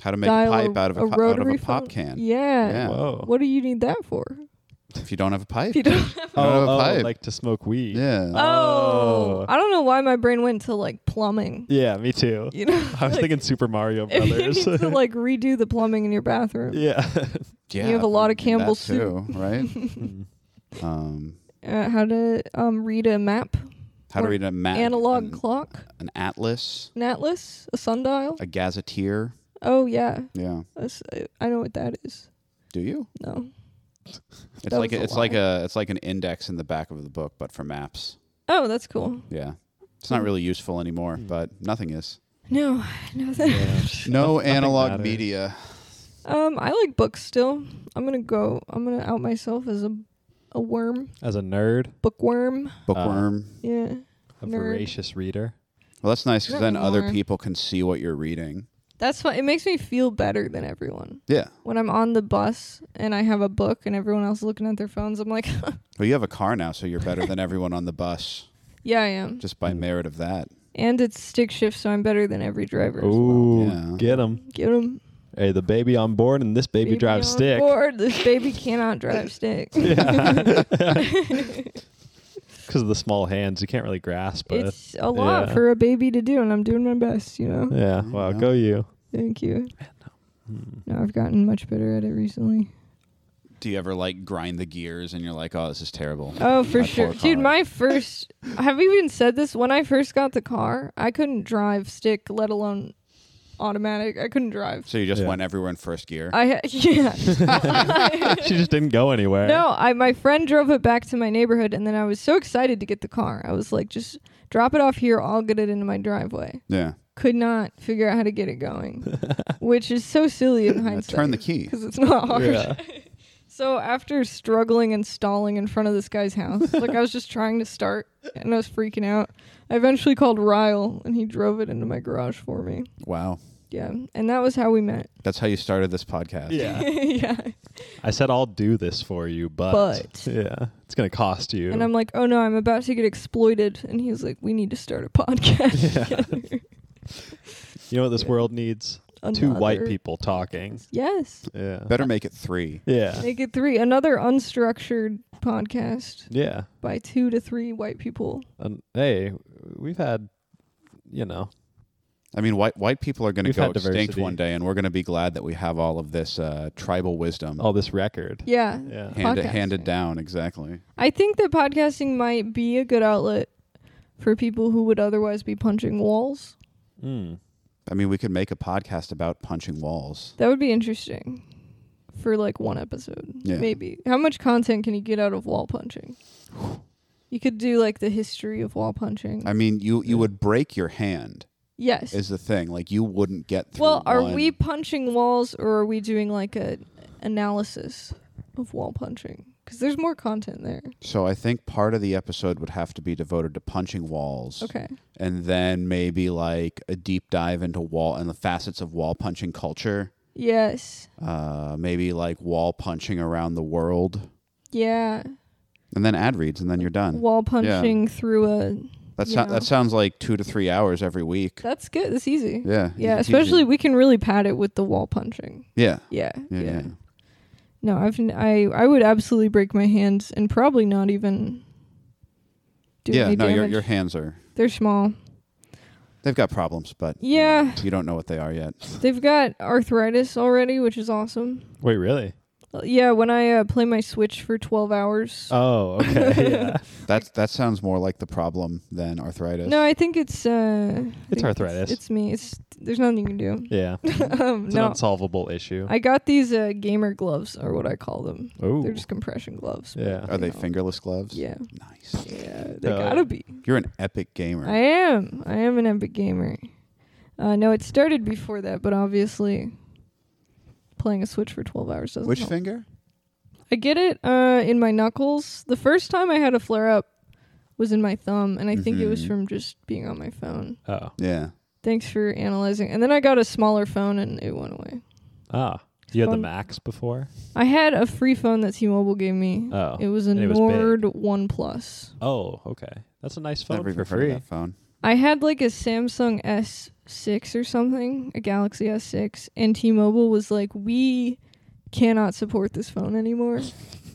Speaker 1: How to make
Speaker 3: dial
Speaker 1: a pipe out of a, co-
Speaker 3: a
Speaker 1: out of
Speaker 3: rotary
Speaker 1: a pop
Speaker 3: phone.
Speaker 1: can.
Speaker 3: Yeah.
Speaker 1: Yeah.
Speaker 2: Whoa.
Speaker 3: What do you need that for?
Speaker 1: If you don't have a pipe.
Speaker 3: If you don't have
Speaker 1: I don't have
Speaker 2: oh,
Speaker 1: a
Speaker 2: oh,
Speaker 1: pipe.
Speaker 2: like to smoke weed.
Speaker 1: yeah.
Speaker 3: Oh.
Speaker 2: Oh.
Speaker 3: I don't know why my brain went to like plumbing.
Speaker 2: Yeah, me too.
Speaker 3: You know,
Speaker 2: I was
Speaker 3: like,
Speaker 2: thinking Super Mario
Speaker 3: if you
Speaker 2: Brothers.
Speaker 3: need to like redo the plumbing in your bathroom.
Speaker 2: yeah.
Speaker 1: yeah.
Speaker 3: you have a lot of
Speaker 1: that
Speaker 3: Campbell
Speaker 1: too, right? Um,
Speaker 3: Uh, how to um, read a map,
Speaker 1: how to
Speaker 3: Or
Speaker 1: read a map,
Speaker 3: analog
Speaker 1: an,
Speaker 3: clock,
Speaker 1: an atlas,
Speaker 3: an atlas, a sundial.
Speaker 1: a gazetteer.
Speaker 3: oh yeah,
Speaker 1: Yeah,
Speaker 3: That's- I- I know what that is.
Speaker 1: do you?
Speaker 3: No.
Speaker 1: It's
Speaker 3: That
Speaker 1: like
Speaker 3: was
Speaker 1: a,
Speaker 3: a
Speaker 1: it's like a it's like an index in the back of the book, but for maps.
Speaker 3: Oh, that's cool.
Speaker 1: Yeah, it's
Speaker 3: Hmm.
Speaker 1: not really useful anymore, but nothing is.
Speaker 3: No, no. That-
Speaker 1: No
Speaker 2: Nothing
Speaker 1: analog
Speaker 2: matters.
Speaker 1: media.
Speaker 3: Uh, Um, I like books still. I'm gonna go. I'm gonna out myself as a a worm,
Speaker 2: As a nerd,
Speaker 3: bookworm.
Speaker 1: Bookworm.
Speaker 3: Yeah.
Speaker 2: a
Speaker 3: Nerd.
Speaker 2: voracious reader.
Speaker 1: well, that's nice because
Speaker 3: not
Speaker 1: then other
Speaker 3: anymore.
Speaker 1: people can see what you're reading.
Speaker 3: That's fun. It makes me feel better than everyone.
Speaker 1: Yeah.
Speaker 3: When I'm on the bus and I have a book and everyone else is looking at their phones, I'm like,
Speaker 1: Well, you have a car now, so you're better than everyone on the bus
Speaker 3: yeah, I am.
Speaker 1: just by
Speaker 2: Mm.
Speaker 1: merit of that.
Speaker 3: And it's stick shift, so I'm better than every driver.
Speaker 2: Ooh,
Speaker 1: Yeah.
Speaker 2: get him.
Speaker 3: Get him.
Speaker 2: Hey, the baby on board and this baby, drives
Speaker 3: on
Speaker 2: stick.
Speaker 3: Board. This baby cannot drive stick.
Speaker 2: Yeah. Because of the small hands, you can't really grasp it.
Speaker 3: it's a lot
Speaker 2: yeah.
Speaker 3: for a baby to do, and I'm doing my best, you know?
Speaker 2: yeah. Wow. Go you.
Speaker 3: Thank you.
Speaker 2: Hmm.
Speaker 3: No, I've gotten much better at it recently.
Speaker 1: Do you ever like grind the gears and you're like, oh, this is terrible?
Speaker 3: Oh, for
Speaker 1: My
Speaker 3: sure.
Speaker 1: poor
Speaker 3: Dude,
Speaker 1: car.
Speaker 3: my first. Have you even said this? When I first got the car, I couldn't drive stick, let alone automatic. I couldn't drive.
Speaker 1: So you just
Speaker 2: Yeah.
Speaker 1: went everywhere in first gear.
Speaker 3: I ha- yeah.
Speaker 2: she just didn't go anywhere.
Speaker 3: No, I my friend drove it back to my neighborhood, and then I was so excited to get the car. I was like, just drop it off here. I'll get it into my driveway.
Speaker 1: yeah.
Speaker 3: Could not figure out how to get it going, which is so silly in hindsight.
Speaker 1: Turn the key.
Speaker 3: because it's not hard.
Speaker 2: Yeah.
Speaker 3: So after struggling and stalling in front of this guy's house, like I was just trying to start and I was freaking out. I eventually called Ryle and he drove it into my garage for me.
Speaker 1: Wow.
Speaker 3: Yeah, and that was how we met.
Speaker 1: That's how you started this podcast.
Speaker 2: Yeah.
Speaker 3: yeah,
Speaker 2: I said I'll do this for you, but,
Speaker 3: But.
Speaker 2: yeah, it's gonna cost you.
Speaker 3: and I'm like, oh no, I'm about to get exploited, and he's like, we need to start a podcast. together."
Speaker 2: you know what this world needs? Two white
Speaker 3: Another-
Speaker 2: people talking.
Speaker 3: Yes,
Speaker 2: Yeah.
Speaker 1: Better make it three.
Speaker 2: Yeah.
Speaker 3: make it three. Another unstructured podcast
Speaker 2: Yeah.
Speaker 3: by two to three white people.
Speaker 2: And hey, we've had, you know,
Speaker 1: I mean, white white people are going to
Speaker 2: We've
Speaker 1: go
Speaker 2: had
Speaker 1: extinct
Speaker 2: diversity.
Speaker 1: one day, and we're going to be glad that we have all of this uh, tribal wisdom
Speaker 2: all this record.
Speaker 3: Yeah,
Speaker 2: Oh, Yeah.
Speaker 1: handed
Speaker 3: podcasting.
Speaker 1: handed down. Exactly.
Speaker 3: I think that podcasting might be a good outlet for people who would otherwise be punching walls.
Speaker 2: Mm.
Speaker 1: I mean, we could make a podcast about punching walls.
Speaker 3: That would be interesting for like one episode,
Speaker 1: Yeah.
Speaker 3: maybe. How much content can you get out of wall punching? You could do like the history of wall punching.
Speaker 1: I mean, you you would break your hand
Speaker 3: yes.
Speaker 1: is the thing. Like you wouldn't get through.
Speaker 3: well, are
Speaker 1: one-
Speaker 3: we punching walls or are we doing like a analysis of wall punching? Because there's more content there.
Speaker 1: So I think part of the episode would have to be devoted to punching walls,
Speaker 3: Okay.
Speaker 1: and then maybe like a deep dive into wall and the facets of wall punching culture.
Speaker 3: Yes.
Speaker 1: Uh, maybe like wall punching around the world,
Speaker 3: Yeah.
Speaker 1: and then ad reads, and then you're done.
Speaker 3: Wall punching through a.
Speaker 1: That
Speaker 3: Yeah.
Speaker 1: so- that sounds like two to three hours every week.
Speaker 3: That's good. That's easy.
Speaker 1: Yeah. easy
Speaker 3: Yeah,
Speaker 1: peasy.
Speaker 3: especially we can really pad it with the wall punching.
Speaker 1: Yeah.
Speaker 3: Yeah,
Speaker 1: Yeah,
Speaker 3: yeah.
Speaker 1: yeah.
Speaker 3: No, I've n- I I would absolutely break my hands and probably not even do
Speaker 1: Yeah,
Speaker 3: any
Speaker 1: no, your
Speaker 3: damage.
Speaker 1: your hands are
Speaker 3: They're small.
Speaker 1: they've got problems, but
Speaker 3: Yeah,
Speaker 1: you don't know what they are yet.
Speaker 3: they've got arthritis already, which is awesome.
Speaker 2: Wait, really?
Speaker 3: Uh, Yeah, when I uh, play my Switch for 12 hours.
Speaker 2: Oh, okay. yeah.
Speaker 1: That that sounds more like the problem than arthritis.
Speaker 3: no, I think it's uh I think
Speaker 2: arthritis.
Speaker 3: It's, me. It's there's nothing you can do.
Speaker 2: Yeah. It's
Speaker 3: um,
Speaker 2: an
Speaker 3: no.
Speaker 2: unsolvable issue.
Speaker 3: I got these uh, gamer gloves or what I call them.
Speaker 2: Ooh.
Speaker 3: They're just compression gloves. but,
Speaker 2: Yeah.
Speaker 1: are they
Speaker 3: you know,
Speaker 1: fingerless gloves?
Speaker 3: Yeah.
Speaker 1: Nice.
Speaker 3: Yeah, they
Speaker 2: Oh, yeah.
Speaker 3: gotta be.
Speaker 1: You're an epic gamer.
Speaker 3: I am. I am an epic gamer. Uh, no, it started before that, but obviously, playing a Switch for twelve hours doesn't.
Speaker 1: Which
Speaker 3: help.
Speaker 1: finger?
Speaker 3: I get it uh, in my knuckles. The first time I had a flare up was in my thumb, and I think it was
Speaker 1: Mhm.
Speaker 3: from just being on my phone.
Speaker 2: oh.
Speaker 1: Yeah.
Speaker 3: Thanks for analyzing. And then I got a smaller phone, and it went away.
Speaker 2: Ah. You had the
Speaker 3: Fun.
Speaker 2: Max before?
Speaker 3: I had a free phone that T-Mobile gave me.
Speaker 2: Oh.
Speaker 3: It was a
Speaker 2: and it was big.
Speaker 3: Nord One Plus.
Speaker 2: Oh, okay. That's a nice phone
Speaker 1: Never
Speaker 2: for
Speaker 1: even heard
Speaker 2: free.
Speaker 1: of that phone.
Speaker 3: I had like a Samsung S6 or something, a Galaxy S6, and T-Mobile was like, "We cannot support this phone anymore.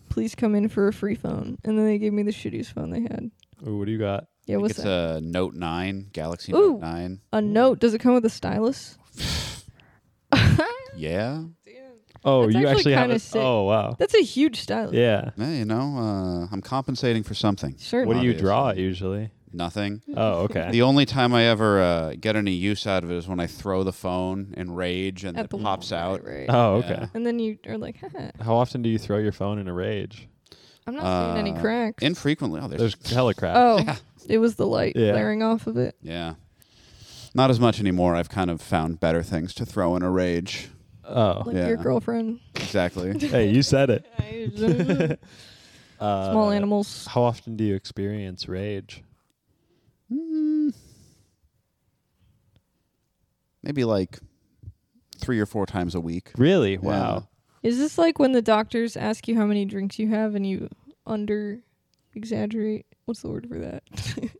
Speaker 3: Please come in for a free phone." And then they gave me the shittiest phone they had.
Speaker 2: Ooh, what do you got?
Speaker 3: Yeah, what's
Speaker 1: it's
Speaker 3: that?
Speaker 1: a Note 9, Galaxy
Speaker 3: Ooh.
Speaker 1: Note 9.
Speaker 3: A, Note. Does it come with a stylus?
Speaker 1: Yeah.
Speaker 2: Oh,
Speaker 3: That's
Speaker 2: you
Speaker 3: actually
Speaker 2: actually, have
Speaker 3: kinda
Speaker 2: a,
Speaker 3: sick.
Speaker 2: Oh, wow.
Speaker 3: That's a huge stylus.
Speaker 2: Yeah.
Speaker 1: Yeah, you know, uh, I'm compensating for something.
Speaker 3: Certainly.
Speaker 2: What do you
Speaker 1: Obviously.
Speaker 2: draw usually?
Speaker 1: Nothing.
Speaker 2: Oh, okay.
Speaker 1: The only time I ever uh, get any use out of it is when I throw the phone in rage and
Speaker 3: At
Speaker 1: it
Speaker 3: the
Speaker 1: pops
Speaker 3: wall,
Speaker 1: out.
Speaker 3: Oh, Right, right.
Speaker 2: Oh,
Speaker 1: Yeah.
Speaker 2: okay.
Speaker 3: And then you are like, Haha,
Speaker 2: How often do you throw your phone in a rage?
Speaker 3: "I'm not seeing any
Speaker 1: Uh,
Speaker 3: cracks."
Speaker 1: Infrequently. Oh, there's,
Speaker 2: There's hella crap.
Speaker 3: oh, it was the light
Speaker 2: Yeah.
Speaker 3: flaring off of it.
Speaker 1: Yeah. Not as much anymore. I've kind of found better things to throw in a rage.
Speaker 2: Oh.
Speaker 3: Like
Speaker 1: Yeah.
Speaker 3: your girlfriend.
Speaker 1: Exactly.
Speaker 2: hey, you said it.
Speaker 3: Small
Speaker 2: Uh,
Speaker 3: animals.
Speaker 2: How often do you experience rage?
Speaker 1: Mm. Maybe like three or four times a week.
Speaker 2: Really?
Speaker 1: Yeah.
Speaker 2: Wow.
Speaker 3: Is this like when the doctors ask you how many drinks you have and you under exaggerate? What's the word for that?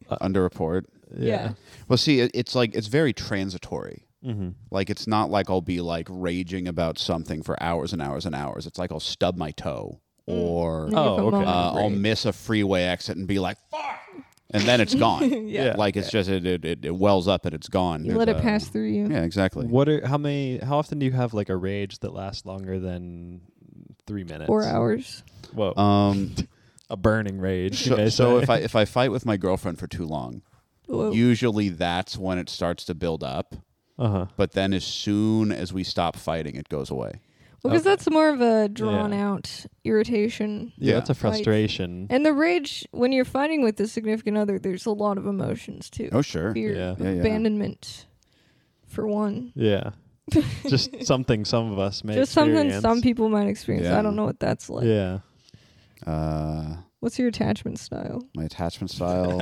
Speaker 2: Uh.
Speaker 1: Underreport.
Speaker 2: Yeah.
Speaker 3: Yeah.
Speaker 1: Well, see, it, it's like it's very transitory.
Speaker 2: Mm-hmm.
Speaker 1: Like it's not like I'll be like raging about something for hours and hours and hours. It's like I'll stub my toe
Speaker 3: Mm.
Speaker 1: or
Speaker 3: Maybe
Speaker 2: Oh,
Speaker 3: if I'm
Speaker 2: okay.
Speaker 3: on-
Speaker 1: uh, I'll miss a freeway exit and be like fuck, and then it's gone.
Speaker 3: yeah.
Speaker 2: Yeah.
Speaker 1: Like it's just it, it, it, it wells up and it's gone.
Speaker 3: You let
Speaker 1: There's
Speaker 3: it
Speaker 1: a-
Speaker 3: pass through you.
Speaker 1: Yeah, exactly.
Speaker 2: What are how many? How often do you have like a rage that lasts longer than three minutes?
Speaker 3: Four hours.
Speaker 2: Whoa,
Speaker 1: Um,
Speaker 2: a burning rage.
Speaker 1: so, so if I if I fight with my girlfriend for too long,
Speaker 3: Whoa.
Speaker 1: usually that's when it starts to build up.
Speaker 2: uh huh,
Speaker 1: But then as soon as we stop fighting, it goes away.
Speaker 3: Well, because that's more of a drawn
Speaker 2: Yeah.
Speaker 3: out irritation.
Speaker 2: yeah,
Speaker 1: Yeah.
Speaker 2: that's a frustration.
Speaker 3: And the rage, when you're fighting with a significant other, there's a lot of emotions too.
Speaker 1: Oh sure,
Speaker 3: Fear,
Speaker 2: Yeah.
Speaker 1: Yeah, yeah.
Speaker 3: abandonment, for one.
Speaker 2: yeah, just something some of us may
Speaker 3: Just something
Speaker 2: experience.
Speaker 3: some people might experience.
Speaker 1: Yeah.
Speaker 3: I don't know what that's like.
Speaker 2: Yeah,
Speaker 1: uh,
Speaker 3: What's your attachment style?
Speaker 1: my attachment style.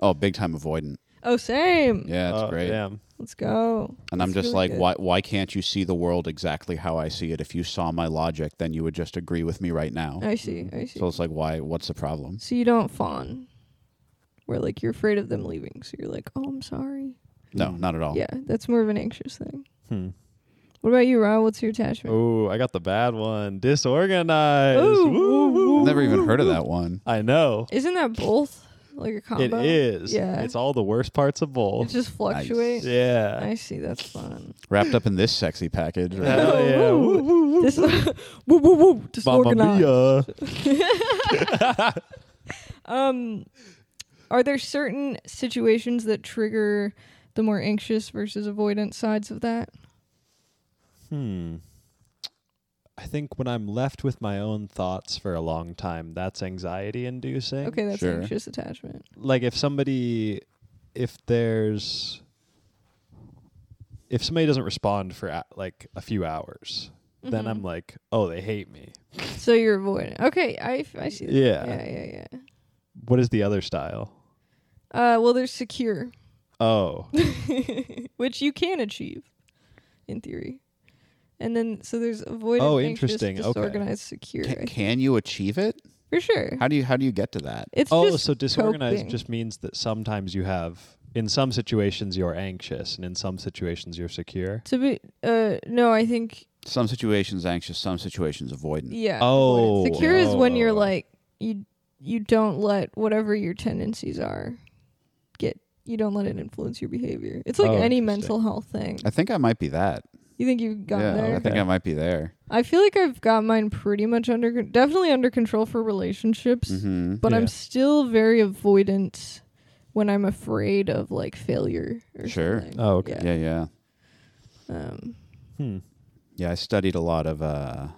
Speaker 1: oh, big time avoidant.
Speaker 3: Oh, same.
Speaker 1: Yeah, it's
Speaker 2: Oh,
Speaker 1: great.
Speaker 2: damn.
Speaker 3: Let's go.
Speaker 1: And I'm
Speaker 3: That's
Speaker 1: just
Speaker 3: really
Speaker 1: like,
Speaker 3: good.
Speaker 1: why why can't you see the world exactly how I see it? If you saw my logic, then you would just agree with me right now.
Speaker 3: I see. I see.
Speaker 1: So
Speaker 3: So,
Speaker 1: it's like, why? What's the problem?
Speaker 3: you don't fawn, where like you're afraid of them leaving, so you're like, oh, I'm sorry.
Speaker 1: No, not at all.
Speaker 3: Mm. Yeah, that's more of an anxious thing.
Speaker 2: Oh. Hmm.
Speaker 3: What about you, Ryan? What's your attachment?
Speaker 2: Oh, I got the bad one. Disorganized.
Speaker 3: Ooh,
Speaker 2: Woo,
Speaker 3: ooh,
Speaker 2: woo,
Speaker 1: I've never even
Speaker 2: woo,
Speaker 1: heard of
Speaker 2: woo.
Speaker 1: that one.
Speaker 2: I know.
Speaker 3: Isn't that both like a
Speaker 2: It
Speaker 3: combo?
Speaker 2: is.
Speaker 3: Yeah.
Speaker 2: It's all the worst parts of
Speaker 3: It
Speaker 2: both.
Speaker 3: just fluctuates.
Speaker 2: yeah.
Speaker 3: I see. That's fun.
Speaker 1: Wrapped up in this sexy package. right?
Speaker 2: Hell
Speaker 3: Oh,
Speaker 2: yeah.
Speaker 3: woo.
Speaker 2: Woo, woo, woo.
Speaker 3: This woo woo woo
Speaker 2: Mamma
Speaker 3: disorganized.
Speaker 2: mia.
Speaker 3: Um, are there certain situations that trigger the more anxious versus avoidant sides of that?
Speaker 2: Hmm. I think when I'm left with my own thoughts for a long time, that's anxiety inducing.
Speaker 3: Okay, that's
Speaker 1: Sure.
Speaker 3: anxious attachment.
Speaker 2: Like if somebody if there's if somebody doesn't respond for a- like a few hours, then
Speaker 3: Mhm.
Speaker 2: I'm like, "Oh, they hate me."
Speaker 3: So you're avoidant. Okay, I, f- I see. That.
Speaker 2: Yeah.
Speaker 3: yeah, yeah, yeah.
Speaker 2: What is the other style?
Speaker 3: Uh, well, there's secure,
Speaker 2: Oh.
Speaker 3: which you can achieve, in theory. And then, so there's avoidant,
Speaker 2: Oh,
Speaker 3: anxious,
Speaker 2: interesting. Okay.
Speaker 3: disorganized, secure, I
Speaker 1: Can,
Speaker 3: think.
Speaker 1: can you achieve it?
Speaker 3: for sure.
Speaker 1: How do you how do you get to that?
Speaker 3: It's
Speaker 2: oh,
Speaker 3: just
Speaker 2: so disorganized
Speaker 3: coping.
Speaker 2: just means that sometimes you have in some situations you're anxious and in some situations you're secure.
Speaker 3: to be. Uh, no, I think
Speaker 1: Some situations anxious, some situations avoidant.
Speaker 3: yeah.
Speaker 2: Oh,
Speaker 3: avoidant. secure is when you're
Speaker 2: oh.
Speaker 3: like you you don't let whatever your tendencies are get you don't let it influence your behavior. It's like
Speaker 2: Oh,
Speaker 3: any
Speaker 2: interesting.
Speaker 3: mental health thing.
Speaker 1: I think I might be that.
Speaker 3: You think you've got
Speaker 1: yeah,
Speaker 3: there?
Speaker 1: I think
Speaker 2: Okay.
Speaker 1: I might be there.
Speaker 3: I feel like I've got mine pretty much under con- definitely under control for relationships,
Speaker 1: hmm
Speaker 3: but
Speaker 2: Yeah.
Speaker 3: I'm still very avoidant when I'm afraid of like failure or
Speaker 1: Sure.
Speaker 3: something.
Speaker 2: Oh, okay.
Speaker 1: Yeah, yeah,
Speaker 3: Yeah. Um,
Speaker 2: Hmm.
Speaker 1: yeah. I studied a lot of uh,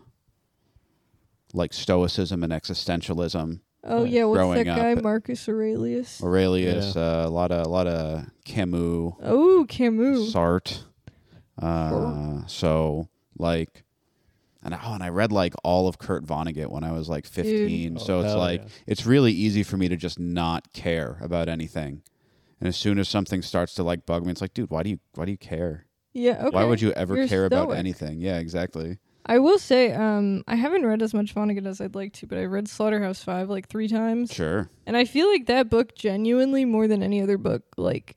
Speaker 1: like Stoicism and existentialism.
Speaker 3: oh
Speaker 2: Nice.
Speaker 3: yeah, what's
Speaker 1: Growing
Speaker 3: that guy
Speaker 1: up-
Speaker 3: Marcus Aurelius?
Speaker 1: Aurelius, uh, a lot of a lot of Camus,
Speaker 3: Oh, Camus.
Speaker 1: Sartre. Uh, so like, and I- oh, and I read like all of Kurt Vonnegut when I was like fifteen.
Speaker 2: Dude.
Speaker 1: so
Speaker 2: Oh,
Speaker 1: it's
Speaker 2: hell
Speaker 1: like
Speaker 2: yeah.
Speaker 1: it's really easy for me to just not care about anything. And as soon as something starts to like bug me, it's like, dude, why do you why do you care?
Speaker 3: Yeah, okay.
Speaker 1: Why would you ever
Speaker 3: You're
Speaker 1: care about
Speaker 3: stoic.
Speaker 1: anything? Yeah, exactly.
Speaker 3: I will say, um, I haven't read as much Vonnegut as I'd like to, but I read Slaughterhouse Five like three times,
Speaker 1: Sure.
Speaker 3: and I feel like that book genuinely more than any other book, like,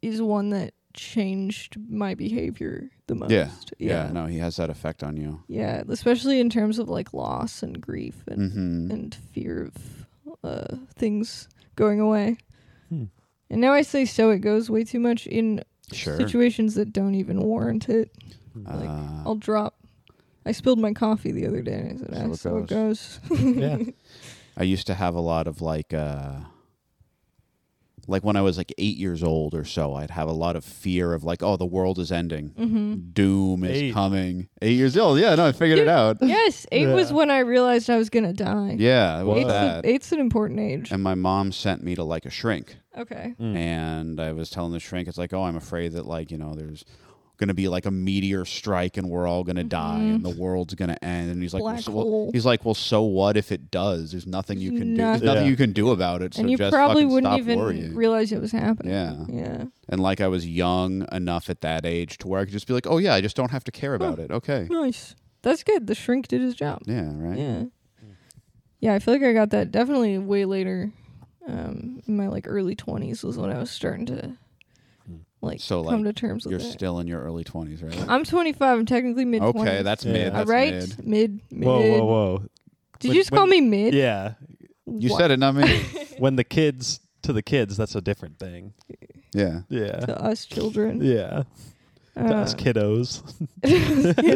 Speaker 3: is one that changed my behavior the most.
Speaker 1: Yeah, Yeah.
Speaker 3: yeah,
Speaker 1: no, he has that effect on you.
Speaker 3: Yeah, especially in terms of like loss and grief and
Speaker 1: hmm
Speaker 3: and fear of uh, things going away.
Speaker 2: Hmm.
Speaker 3: And now I say so it goes way too much in
Speaker 1: Sure.
Speaker 3: situations that don't even warrant it. like,
Speaker 1: Uh,
Speaker 3: I'll drop. I spilled my coffee the other day. And I said,
Speaker 1: So
Speaker 3: "Ah,
Speaker 1: it
Speaker 3: so it goes."
Speaker 2: yeah.
Speaker 1: I used to have a lot of like uh like when I was like 8 years old or so, I'd have a lot of fear of like oh the world is ending.
Speaker 3: hmm
Speaker 1: Doom is
Speaker 2: Eight.
Speaker 1: coming. 8 years old. Yeah, no, I figured it
Speaker 3: Dude.
Speaker 1: out.
Speaker 3: Yes, eight was
Speaker 2: Yeah.
Speaker 3: when I realized I was gonna die.
Speaker 1: Yeah, it was
Speaker 3: eight's, a,
Speaker 1: that.
Speaker 3: eight's an important age.
Speaker 1: And my mom sent me to like a shrink
Speaker 3: Okay.
Speaker 1: Mm. and I was telling the shrink it's like, "Oh, I'm afraid that like, you know, there's going to be like a meteor strike and we're all going to die and the world's going to end." And he's like,
Speaker 3: Black
Speaker 1: "So- well-"
Speaker 3: hole.
Speaker 1: he's like, "Well, so what if it does? There's nothing you can do. There's
Speaker 3: Nothing.
Speaker 1: nothing
Speaker 2: Yeah.
Speaker 1: you can do about it." So
Speaker 3: and you
Speaker 1: just
Speaker 3: probably
Speaker 1: fucking
Speaker 3: wouldn't
Speaker 1: stop
Speaker 3: even
Speaker 1: worrying.
Speaker 3: realize it was happening.
Speaker 1: Yeah.
Speaker 3: Yeah.
Speaker 1: And like I was young enough at that age to where I could just be like, oh yeah, I just don't have to care about it. Okay.
Speaker 3: Nice. That's good. The shrink did his job.
Speaker 1: Yeah, right. Mm.
Speaker 3: Yeah. Yeah, I feel like I got that definitely way later. um, in my like early twenties was when I was starting to like
Speaker 1: Mm. So,
Speaker 3: come
Speaker 1: like,
Speaker 3: to terms with
Speaker 1: You're
Speaker 3: it.
Speaker 1: still in your early 20s, right?
Speaker 3: I'm 25. I'm technically mid.
Speaker 1: Okay, that's
Speaker 2: Yeah.
Speaker 1: mid.
Speaker 2: All
Speaker 1: That's
Speaker 3: right,
Speaker 1: mid.
Speaker 3: mid. mid.
Speaker 2: Whoa, whoa, whoa!
Speaker 3: Did
Speaker 2: When-
Speaker 3: you just call
Speaker 2: when-
Speaker 3: me mid?
Speaker 2: Yeah,
Speaker 1: You
Speaker 3: What?
Speaker 1: said it, not me.
Speaker 2: when the kids to the kids, that's a different thing.
Speaker 1: yeah.
Speaker 2: Yeah,
Speaker 3: to us children.
Speaker 2: yeah. To us
Speaker 3: Uh,
Speaker 2: kiddos.
Speaker 3: you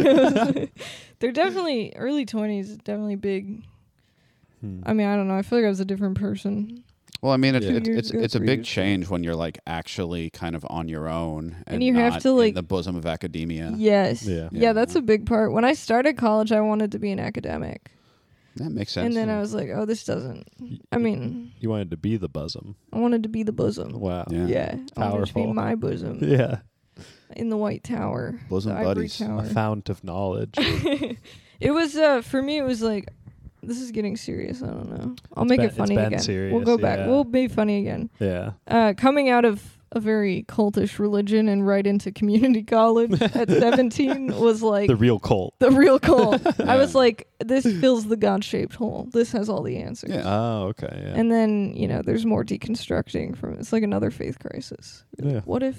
Speaker 3: know, they're definitely early 20s definitely big
Speaker 2: Hmm.
Speaker 3: i mean i don't know i feel like i was a different person
Speaker 1: Well, I mean, it's
Speaker 2: Yeah.
Speaker 1: it's
Speaker 3: Two
Speaker 1: it's,
Speaker 3: years
Speaker 1: it's a big
Speaker 3: ago, three years ago.
Speaker 1: change when you're like actually kind of on your own and,
Speaker 3: you have
Speaker 1: not
Speaker 3: to, like-
Speaker 1: in the bosom of academia.
Speaker 3: yes
Speaker 2: Yeah.
Speaker 3: yeah. that's a big part when i started college i wanted to be an academic
Speaker 1: That makes sense.
Speaker 3: and then i was like oh this doesn't i mean
Speaker 2: you wanted to be the bosom.
Speaker 3: i wanted to be the bosom
Speaker 2: Wow.
Speaker 1: Yeah.
Speaker 3: yeah i wanted to be
Speaker 2: Powerful.
Speaker 3: my bosom
Speaker 2: Yeah.
Speaker 3: in the white tower
Speaker 1: Bosom
Speaker 3: the ivory
Speaker 1: buddies. A
Speaker 2: A
Speaker 3: tower.
Speaker 2: fount of knowledge.
Speaker 3: it was uh for me it was like this is getting serious i don't know i'll make
Speaker 2: been-
Speaker 3: it
Speaker 2: it's
Speaker 3: funny
Speaker 2: been
Speaker 3: again we'll
Speaker 2: serious,
Speaker 3: go back
Speaker 2: yeah.
Speaker 3: we'll be funny again
Speaker 2: yeah.
Speaker 3: uh, coming out of a very cultish religion and right into community college at 17 was like
Speaker 2: The
Speaker 3: the,
Speaker 2: real cult.
Speaker 3: real cult. I was
Speaker 1: Yeah.
Speaker 3: like, this fills the God shaped hole. This has all the answers.
Speaker 1: Yeah.
Speaker 2: Oh, okay. Yeah.
Speaker 3: And then, you know, there's more deconstructing from It's like another faith crisis.
Speaker 2: Yeah.
Speaker 3: What if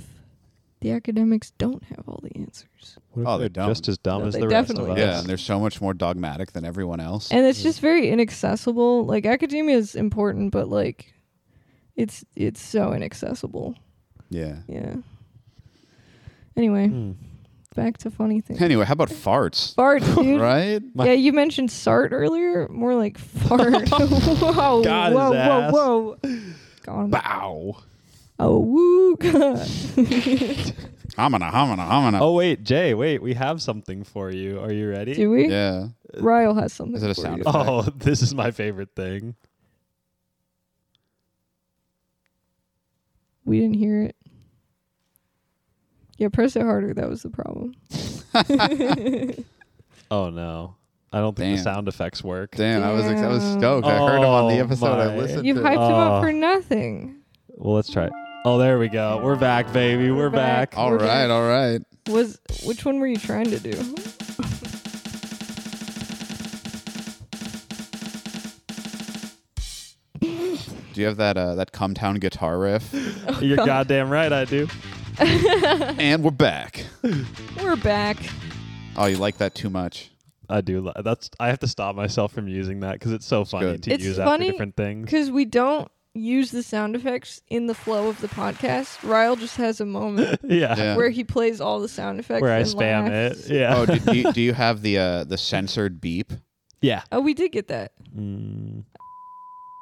Speaker 3: the academics don't have all the answers?
Speaker 2: What if
Speaker 1: Oh, they're
Speaker 2: they're
Speaker 1: dumb.
Speaker 2: just as dumb
Speaker 3: No,
Speaker 2: as
Speaker 3: they
Speaker 2: the rest of us.
Speaker 3: definitely
Speaker 1: yeah, and they're so much more dogmatic than everyone else.
Speaker 3: And it's just very inaccessible. Like, academia is important, but, like, it's it's so inaccessible.
Speaker 1: yeah.
Speaker 3: Yeah. Anyway,
Speaker 2: Hmm.
Speaker 3: back to funny things.
Speaker 1: Anyway, how about farts?
Speaker 3: Fart, dude.
Speaker 1: Right?
Speaker 2: My-
Speaker 3: yeah, you mentioned Sart earlier. More like fart. whoa,
Speaker 2: Got his
Speaker 3: whoa,
Speaker 2: ass.
Speaker 3: whoa, whoa. Gone.
Speaker 2: Bow.
Speaker 3: Oh, woo. God.
Speaker 1: I'm gonna, I'm gonna, I'm gonna.
Speaker 2: Oh wait, Jay, wait, we have something for you. Are you ready?
Speaker 3: Do we?
Speaker 1: Yeah.
Speaker 3: Ryle has something.
Speaker 1: Is it a
Speaker 3: for
Speaker 1: sound
Speaker 3: you.
Speaker 1: effect?
Speaker 2: oh, this is my favorite thing.
Speaker 3: We didn't hear it. Yeah, press it harder. That was the problem.
Speaker 2: Oh no. I don't think the
Speaker 1: Damn.
Speaker 2: sound effects work.
Speaker 1: Damn, I was, ex- I was
Speaker 3: Damn.
Speaker 1: stoked. I heard him on the
Speaker 2: Oh,
Speaker 1: episode. I
Speaker 2: my.
Speaker 1: listened
Speaker 3: You
Speaker 1: to.
Speaker 3: hyped him
Speaker 2: Oh.
Speaker 3: up for nothing.
Speaker 2: Well, let's try it. Oh, there we go. We're back, baby. We're,
Speaker 3: We're
Speaker 2: back.
Speaker 3: back.
Speaker 1: all
Speaker 3: We're
Speaker 1: right,
Speaker 3: back.
Speaker 1: all right.
Speaker 3: Was which one were you trying to do?
Speaker 1: Do you have that uh, that come town guitar riff?
Speaker 3: Oh,
Speaker 2: You're goddamn right I do.
Speaker 1: and we're back.
Speaker 3: We're back.
Speaker 1: Oh, you like that too much?
Speaker 2: I do. li- That's I have to stop myself from using that cuz it's so funny
Speaker 1: good.
Speaker 2: to
Speaker 3: It's
Speaker 2: use
Speaker 3: funny
Speaker 2: after different things.
Speaker 3: Because we don't use the sound effects in the flow of the podcast. Ryle just has a moment
Speaker 2: Yeah.
Speaker 1: Yeah.
Speaker 3: where he plays all the sound effects.
Speaker 2: Where I
Speaker 3: and
Speaker 2: spam
Speaker 3: laughs.
Speaker 2: it. Yeah.
Speaker 1: Oh, do, do, you, do you have the uh, the censored beep?
Speaker 2: yeah.
Speaker 3: Oh, we did get that.
Speaker 2: Mm,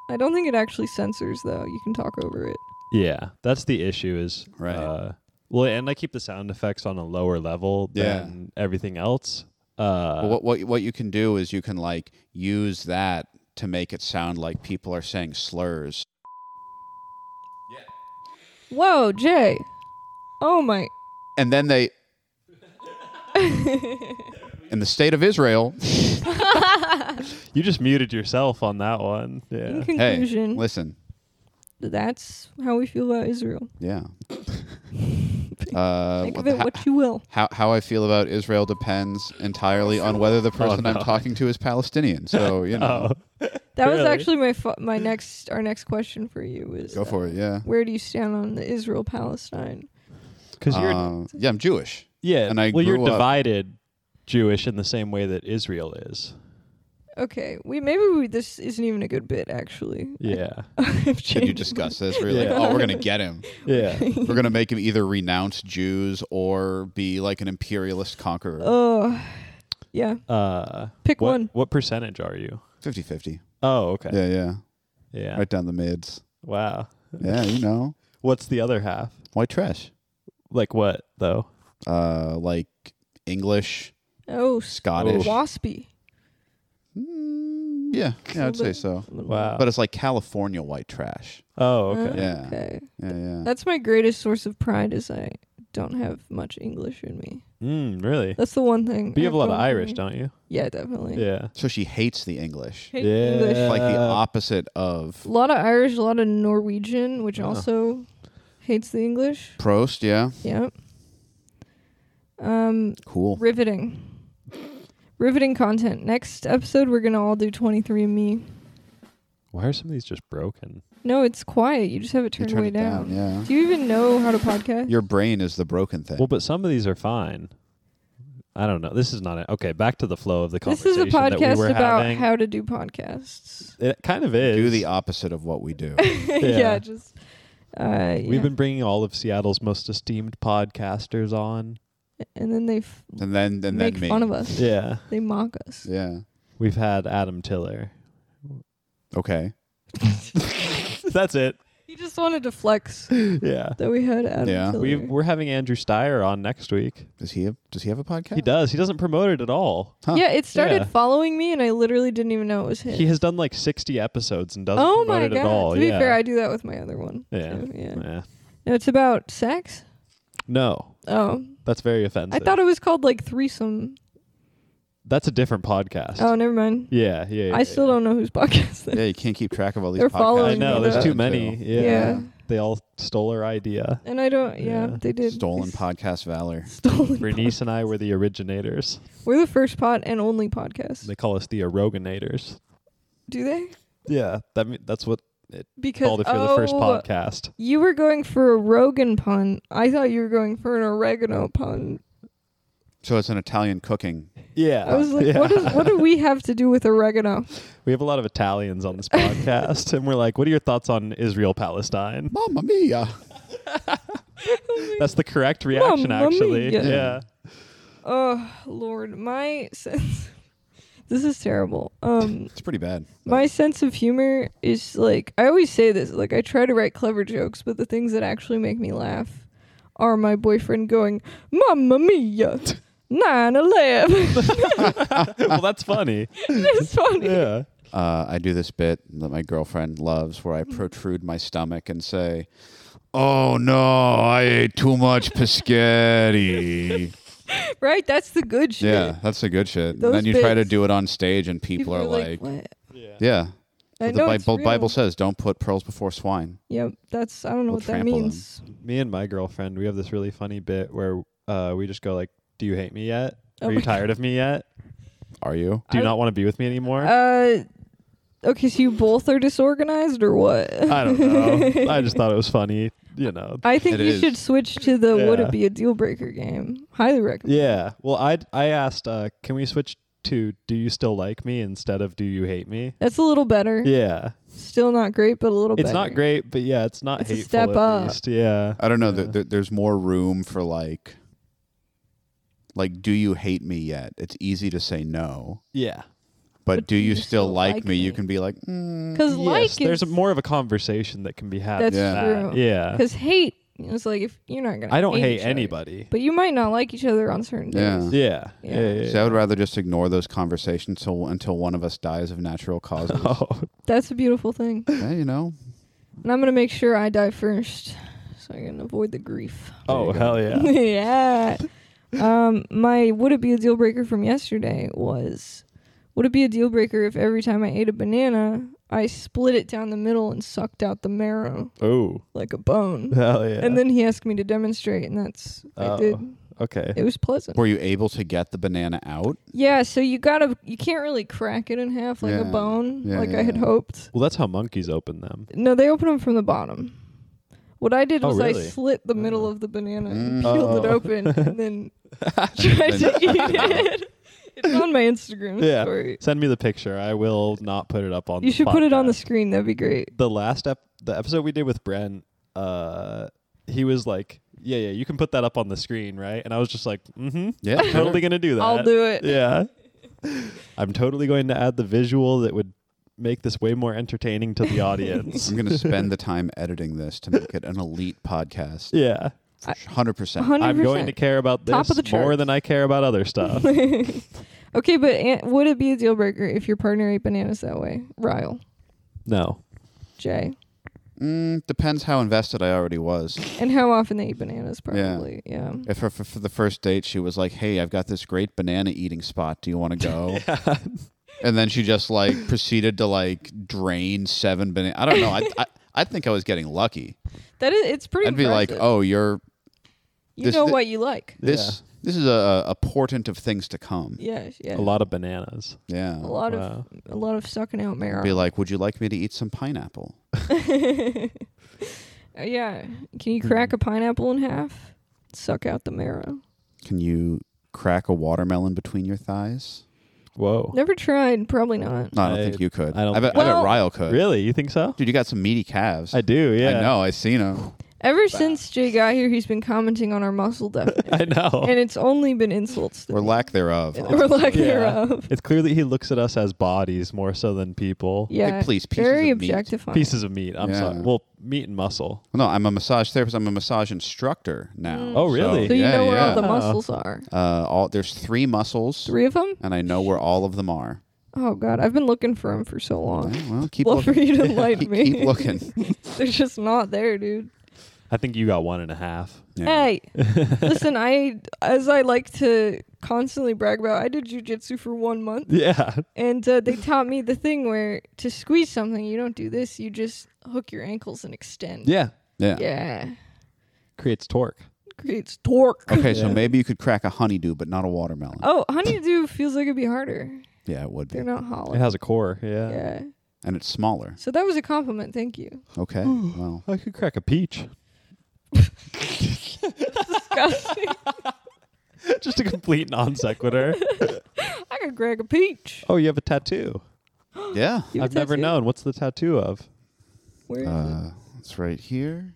Speaker 3: I don't think it actually censors though. You can talk over it.
Speaker 2: yeah. That's the issue is
Speaker 1: Right.
Speaker 2: uh well, and I keep the sound effects on a lower level
Speaker 1: Yeah.
Speaker 2: than everything else. Uh
Speaker 1: Well, what what what you can do is you can like use that to make it sound like people are saying slurs.
Speaker 3: Whoa, Jay. Oh my.
Speaker 1: And then they in the state of Israel,
Speaker 2: You just muted yourself on that one. Yeah.
Speaker 3: In
Speaker 1: hey,
Speaker 3: conclusion,
Speaker 1: listen.
Speaker 3: that's how we feel about Israel.
Speaker 1: Yeah. Uh,
Speaker 3: Think
Speaker 1: what
Speaker 3: of
Speaker 1: the-
Speaker 3: it what you will.
Speaker 1: how, how I feel about Israel depends entirely on whether the person
Speaker 2: no.
Speaker 1: I'm talking to is Palestinian. So, you know,
Speaker 2: Oh.
Speaker 3: That was
Speaker 2: Really?
Speaker 3: actually my fu- my next our next question for you is
Speaker 1: go for it. Yeah.
Speaker 3: Where do you stand on the Israel Palestine?
Speaker 2: Cuz you're
Speaker 1: Uh, yeah, I'm Jewish.
Speaker 2: Yeah,
Speaker 1: And I
Speaker 2: well, you're
Speaker 1: grew up-
Speaker 2: divided Jewish in the same way that Israel is.
Speaker 3: Okay, we maybe we, this isn't even a good bit actually.
Speaker 2: Yeah,
Speaker 3: I've
Speaker 1: Should you
Speaker 3: changed
Speaker 1: discuss this? Really?
Speaker 2: Yeah.
Speaker 1: Oh, we're going to get him.
Speaker 2: yeah.
Speaker 1: We're gonna make him either renounce Jews or be like an imperialist conqueror.
Speaker 3: Oh, yeah.
Speaker 2: Uh,
Speaker 3: Pick
Speaker 2: what,
Speaker 3: one.
Speaker 2: What percentage are you?
Speaker 1: 50 50.
Speaker 2: Oh, okay. Yeah.
Speaker 1: Yeah, yeah. Right down the mids.
Speaker 2: Wow.
Speaker 1: Yeah, you know.
Speaker 2: What's the other half?
Speaker 1: White trash.
Speaker 2: Like what though?
Speaker 1: Uh, like English,
Speaker 3: Oh, s-
Speaker 1: Scottish.
Speaker 3: waspy.
Speaker 1: Mm, yeah, yeah, I'd say so.
Speaker 2: Wow.
Speaker 1: But it's like California white trash.
Speaker 2: oh,
Speaker 3: Uh,
Speaker 2: okay.
Speaker 1: Yeah.
Speaker 3: Okay.
Speaker 1: Yeah, yeah.
Speaker 3: That's my greatest source of pride is I don't have much English in me.
Speaker 2: Mm, really?
Speaker 3: That's the one thing.
Speaker 2: But you have a lot of
Speaker 3: going for
Speaker 2: Irish,
Speaker 3: me.
Speaker 2: don't you?
Speaker 3: Yeah, definitely.
Speaker 2: Yeah.
Speaker 1: So she hates the English.
Speaker 3: Hate
Speaker 2: Yeah.
Speaker 3: English.
Speaker 1: Like the
Speaker 2: Uh,
Speaker 1: opposite of
Speaker 3: A lot of Irish, a lot of Norwegian, which
Speaker 2: Wow.
Speaker 3: also hates the English.
Speaker 1: Prost, yeah.
Speaker 3: Yeah. Um,
Speaker 1: Cool.
Speaker 3: riveting. Riveting content. Next episode, we're gonna all do 23andMe.
Speaker 2: Why are some of these just broken?
Speaker 3: No, it's quiet. You just have it
Speaker 1: You
Speaker 3: turned
Speaker 1: turn
Speaker 3: way
Speaker 1: it down. Yeah.
Speaker 3: Do you even know how to podcast?
Speaker 1: Your brain is the broken thing.
Speaker 2: Well, but some of these are fine. I don't know. This is not it. Okay, back to the flow of the
Speaker 3: this
Speaker 2: conversation
Speaker 3: is a
Speaker 2: that we
Speaker 3: podcast
Speaker 2: were
Speaker 3: about
Speaker 2: having.
Speaker 3: how to do podcasts.
Speaker 2: it kind of is.
Speaker 1: do the opposite of what we do.
Speaker 3: yeah.
Speaker 2: Yeah.
Speaker 3: just. Uh, yeah.
Speaker 2: We've been bringing all of Seattle's most esteemed podcasters on.
Speaker 3: and then they f-
Speaker 1: and then and
Speaker 3: make
Speaker 1: then me.
Speaker 3: fun of us.
Speaker 2: Yeah.
Speaker 3: They mock us.
Speaker 1: Yeah.
Speaker 2: We've had Adam Tiller.
Speaker 1: Okay.
Speaker 2: That's it.
Speaker 3: He just wanted to flex
Speaker 2: Yeah.
Speaker 3: that we had Adam.
Speaker 1: Yeah.
Speaker 3: Sandler.
Speaker 2: We we're having Andrew Steyer on next week.
Speaker 1: Does he have does he have a podcast?
Speaker 2: He does. He doesn't promote it at all.
Speaker 1: Huh.
Speaker 3: Yeah, it
Speaker 2: Yeah.
Speaker 3: started following me, and I literally didn't even know it was him.
Speaker 2: He has done like 60 episodes and doesn't
Speaker 3: oh
Speaker 2: promote
Speaker 3: my
Speaker 2: it
Speaker 3: god!
Speaker 2: at all.
Speaker 3: to be
Speaker 2: yeah.
Speaker 3: fair, I do that with my other one.
Speaker 2: Yeah.
Speaker 3: So, yeah.
Speaker 2: Yeah.
Speaker 3: No, it's about sex.
Speaker 2: No,
Speaker 3: Oh,
Speaker 2: that's very offensive.
Speaker 3: I thought it was called like threesome.
Speaker 2: that's a different podcast.
Speaker 3: Oh, never mind.
Speaker 2: yeah, yeah, yeah.
Speaker 3: I still don't know whose podcast. that
Speaker 1: Yeah, you can't keep track of all these
Speaker 3: They're
Speaker 1: podcasts.
Speaker 3: following
Speaker 2: I
Speaker 3: don't
Speaker 2: know.
Speaker 3: know
Speaker 2: There's
Speaker 3: that.
Speaker 2: too many.
Speaker 1: Yeah.
Speaker 2: Yeah.
Speaker 3: Yeah.
Speaker 2: They all stole our idea.
Speaker 3: And I don't. Yeah,
Speaker 2: Yeah.
Speaker 3: they did.
Speaker 1: Stolen
Speaker 3: They
Speaker 1: podcast valor.
Speaker 3: Stolen.
Speaker 2: Bernice and I were the originators.
Speaker 3: We're the first pod and only podcast.
Speaker 2: They call us the Eroganators.
Speaker 3: do they?
Speaker 2: Yeah, that mean, that's what
Speaker 3: Because
Speaker 2: called if you're
Speaker 3: oh,
Speaker 2: the first podcast.
Speaker 3: You were going for a Rogan pun. I thought you were going for an oregano pun.
Speaker 1: So it's an Italian cooking.
Speaker 2: Yeah,
Speaker 3: I was like,
Speaker 2: yeah.
Speaker 3: what, is, what do we have to do with oregano?
Speaker 2: we have a lot of Italians on this podcast, and we're like, what are your thoughts on Israel Palestine?
Speaker 1: Mamma mia.
Speaker 2: That's the correct reaction,
Speaker 3: Mamma
Speaker 2: actually.
Speaker 3: mia.
Speaker 2: Yeah,
Speaker 3: Oh Lord, my sense. This is terrible. Um,
Speaker 1: It's pretty bad.
Speaker 3: my sense of humor is like I always say this. Like I try to write clever jokes, but the things that actually make me laugh are my boyfriend going, "Mamma mia, nine eleven.
Speaker 2: well, that's funny.
Speaker 3: It's funny.
Speaker 2: Yeah,
Speaker 1: uh, I do this bit that my girlfriend loves where I protrude my stomach and say, Oh no, I ate too much pescetti.
Speaker 3: Right? That's the good shit.
Speaker 1: yeah, that's the good shit.
Speaker 3: Those
Speaker 1: and then you try to
Speaker 3: bits.
Speaker 1: do it on stage and people, are like,
Speaker 3: "What?"
Speaker 2: yeah.
Speaker 1: Yeah.
Speaker 3: I
Speaker 1: But
Speaker 3: know
Speaker 1: the
Speaker 3: it's
Speaker 1: Bible,
Speaker 3: real.
Speaker 1: Bible says don't put pearls before swine.
Speaker 3: Yep, that's I don't know
Speaker 1: We'll
Speaker 3: what that
Speaker 1: trample them.
Speaker 3: means.
Speaker 2: Me and my girlfriend, we have this really funny bit where uh, we just go like, "Do you hate me yet?
Speaker 3: Oh
Speaker 2: are
Speaker 3: my
Speaker 2: you tired of me yet?
Speaker 1: Are you?
Speaker 2: Do you
Speaker 3: I-
Speaker 2: not want to be with me anymore?"
Speaker 3: Uh, okay, so you both are disorganized or what?
Speaker 2: I don't know. I just thought it was funny. You know,
Speaker 3: I think
Speaker 1: It
Speaker 3: you
Speaker 1: is.
Speaker 3: should switch to the "Would
Speaker 2: Yeah.
Speaker 3: it be a deal breaker?" game. Highly recommend.
Speaker 2: Yeah. Well, I I asked, uh, can we switch to "Do you still like me?" instead of "Do you hate me?"
Speaker 3: That's a little better.
Speaker 2: Yeah,
Speaker 3: Still not great, but a little.
Speaker 2: it's
Speaker 3: better.
Speaker 2: not great, but yeah, it's not
Speaker 3: It's a
Speaker 2: hateful.
Speaker 3: step
Speaker 2: at
Speaker 3: up.
Speaker 2: least. Yeah.
Speaker 1: I don't know.
Speaker 2: Yeah.
Speaker 1: There, there, there's more room for like, like, do you hate me yet? It's easy to say no,
Speaker 2: Yeah.
Speaker 1: but, do you, still, like, me? You can be like, mm,
Speaker 3: Because
Speaker 2: yes,
Speaker 3: like
Speaker 2: there's
Speaker 3: is,
Speaker 2: a, more of a conversation that can be had.
Speaker 3: That's
Speaker 2: than
Speaker 3: Yeah.
Speaker 2: that.
Speaker 3: true.
Speaker 2: Yeah.
Speaker 3: Because hate is like if you're not gonna.
Speaker 2: I don't hate
Speaker 3: each other.
Speaker 2: anybody.
Speaker 3: but you might not like each other on certain
Speaker 1: Yeah.
Speaker 3: days.
Speaker 2: Yeah.
Speaker 3: Yeah.
Speaker 2: Yeah. yeah,
Speaker 1: See, I would rather just ignore those conversations till, until one of us dies of natural causes.
Speaker 2: yeah. Oh,
Speaker 3: That's a beautiful thing,
Speaker 1: Yeah, you know,
Speaker 3: and I'm gonna make sure I die first, so I can avoid the grief.
Speaker 2: oh
Speaker 1: go.
Speaker 2: hell yeah.
Speaker 3: yeah. Um, my would it be a deal breaker from yesterday was would it be a deal breaker if every time I ate a banana I split it down the middle and sucked out the marrow
Speaker 2: oh,
Speaker 3: like a bone?
Speaker 2: hell yeah.
Speaker 3: And then he asked me to demonstrate, and that's I
Speaker 2: Oh.
Speaker 3: did.
Speaker 2: okay.
Speaker 3: It was pleasant.
Speaker 1: were you able to get the banana out?
Speaker 3: Yeah, so you gotta you can't really crack it in half like a
Speaker 1: Yeah.
Speaker 3: bone,
Speaker 1: Yeah,
Speaker 3: like
Speaker 1: yeah,
Speaker 3: I had
Speaker 1: yeah.
Speaker 3: hoped.
Speaker 2: Well, that's how monkeys open them.
Speaker 3: No, they open them from the bottom. What I did
Speaker 2: Oh,
Speaker 3: was I
Speaker 2: really?
Speaker 3: slit the middle of the banana and
Speaker 1: Mm.
Speaker 3: peeled it
Speaker 2: Oh.
Speaker 3: open and then tried to eat it. It's on my Instagram
Speaker 2: Yeah.
Speaker 3: story.
Speaker 2: Send me the picture. I will not put it up on.
Speaker 3: You
Speaker 2: the
Speaker 3: should put it on the
Speaker 2: podcast.
Speaker 3: screen. That'd be great.
Speaker 2: the last ep- the episode we did with Brent, uh, he was like, "Yeah, yeah, you can put that up on the screen, right?" And I was just like, "Mm-hmm,
Speaker 1: Yeah,
Speaker 2: totally gonna do that.
Speaker 3: I'll do it.
Speaker 2: Yeah, I'm totally going to add the visual that would make this way more entertaining to the audience.
Speaker 1: I'm gonna spend the time editing this to make it an elite podcast.
Speaker 2: yeah,
Speaker 1: Hundred percent.
Speaker 3: 100%.
Speaker 2: I'm going to care about this
Speaker 3: Top of the
Speaker 2: more
Speaker 3: charts.
Speaker 2: than I care about other stuff.
Speaker 3: okay, but an- would it be a deal breaker if your partner ate bananas that way? Ryle,
Speaker 2: no,
Speaker 3: Jay,
Speaker 1: Mm, depends how invested I already was.
Speaker 3: and how often they eat bananas? Probably. Yeah.
Speaker 1: If her, for, for the first date she was like, "Hey, I've got this great banana eating spot. Do you want to go?" And then she just like proceeded to like drain seven banana. I don't know. I I, I think I was getting lucky.
Speaker 3: That is. It's pretty.
Speaker 1: I'd be like,
Speaker 3: impressive.
Speaker 1: "Oh, you're
Speaker 3: you
Speaker 1: this-
Speaker 3: know
Speaker 1: thi-
Speaker 3: what you like."
Speaker 1: this This is a, a portent of things to come.
Speaker 3: Yeah, yeah.
Speaker 2: A lot of bananas.
Speaker 1: Yeah.
Speaker 3: a lot
Speaker 2: Wow.
Speaker 3: of a lot of sucking out marrow.
Speaker 1: Be like, would you like me to eat some pineapple?
Speaker 3: Uh, yeah. Can
Speaker 1: Hmm.
Speaker 3: you crack a pineapple in half? Suck out the marrow.
Speaker 1: Can you crack a watermelon between your thighs?
Speaker 2: Whoa.
Speaker 3: Never tried. Probably not.
Speaker 1: No, I don't
Speaker 2: I-
Speaker 1: think you could.
Speaker 2: I don't
Speaker 1: I bet,
Speaker 3: think-
Speaker 1: I bet
Speaker 3: Well-
Speaker 1: Ryle could.
Speaker 2: Really? You think so?
Speaker 1: Dude, you got some meaty calves.
Speaker 2: I do. Yeah.
Speaker 1: I know. I seen them.
Speaker 3: Ever since Jay got here, he's been commenting on our muscle deficit,
Speaker 2: I know.
Speaker 3: and it's only been insults. To
Speaker 1: Or lack thereof.
Speaker 3: me. or lack
Speaker 2: Yeah.
Speaker 3: thereof.
Speaker 2: It's clearly he looks at us as bodies more so than people.
Speaker 3: Yeah.
Speaker 1: please, pieces
Speaker 3: very
Speaker 1: of meat.
Speaker 3: objectifying.
Speaker 2: Pieces of meat. I'm
Speaker 1: Yeah.
Speaker 2: sorry. Well, meat and muscle.
Speaker 1: No, I'm a massage therapist. I'm a massage instructor now.
Speaker 2: Oh, really?
Speaker 3: So you
Speaker 1: yeah,
Speaker 3: know where
Speaker 1: yeah. Uh-huh.
Speaker 3: all the
Speaker 2: Oh.
Speaker 3: muscles are.
Speaker 1: uh, all there's three muscles,
Speaker 3: Three of them?
Speaker 1: and I know where all of them are.
Speaker 3: Oh God, I've been looking for them for so long.
Speaker 1: Yeah, well, keep
Speaker 3: Love for
Speaker 1: looking.
Speaker 3: you to enlighten
Speaker 1: Keep,
Speaker 3: me.
Speaker 1: keep looking.
Speaker 3: They're just not there, dude.
Speaker 2: I think you got one and a half.
Speaker 1: Yeah.
Speaker 3: Hey, listen, I as I like to constantly brag about, I did jujitsu for one month,
Speaker 2: Yeah.
Speaker 3: and uh, they taught me the thing where to squeeze something, you don't do this, you just hook your ankles and extend.
Speaker 2: Yeah.
Speaker 1: Yeah.
Speaker 3: yeah,
Speaker 2: Creates torque.
Speaker 3: creates torque.
Speaker 1: Okay, so
Speaker 2: Yeah.
Speaker 1: maybe you could crack a honeydew, but not a watermelon.
Speaker 3: Oh, honeydew feels like it'd be harder.
Speaker 1: Yeah, it would be,
Speaker 3: They're not
Speaker 2: It
Speaker 3: hollow.
Speaker 2: has a core. Yeah.
Speaker 3: Yeah.
Speaker 1: and it's smaller.
Speaker 3: So that was a compliment. Thank you.
Speaker 1: Okay, well,
Speaker 2: I Oh, could crack a peach.
Speaker 3: Disgusting.
Speaker 2: Just a complete non sequitur.
Speaker 3: I could grab a peach.
Speaker 2: Oh, you have a tattoo.
Speaker 1: yeah,
Speaker 3: You have
Speaker 2: I've
Speaker 3: a
Speaker 2: never
Speaker 3: tattoo?
Speaker 2: known. What's the tattoo of?
Speaker 3: Where is
Speaker 1: uh, it's right here.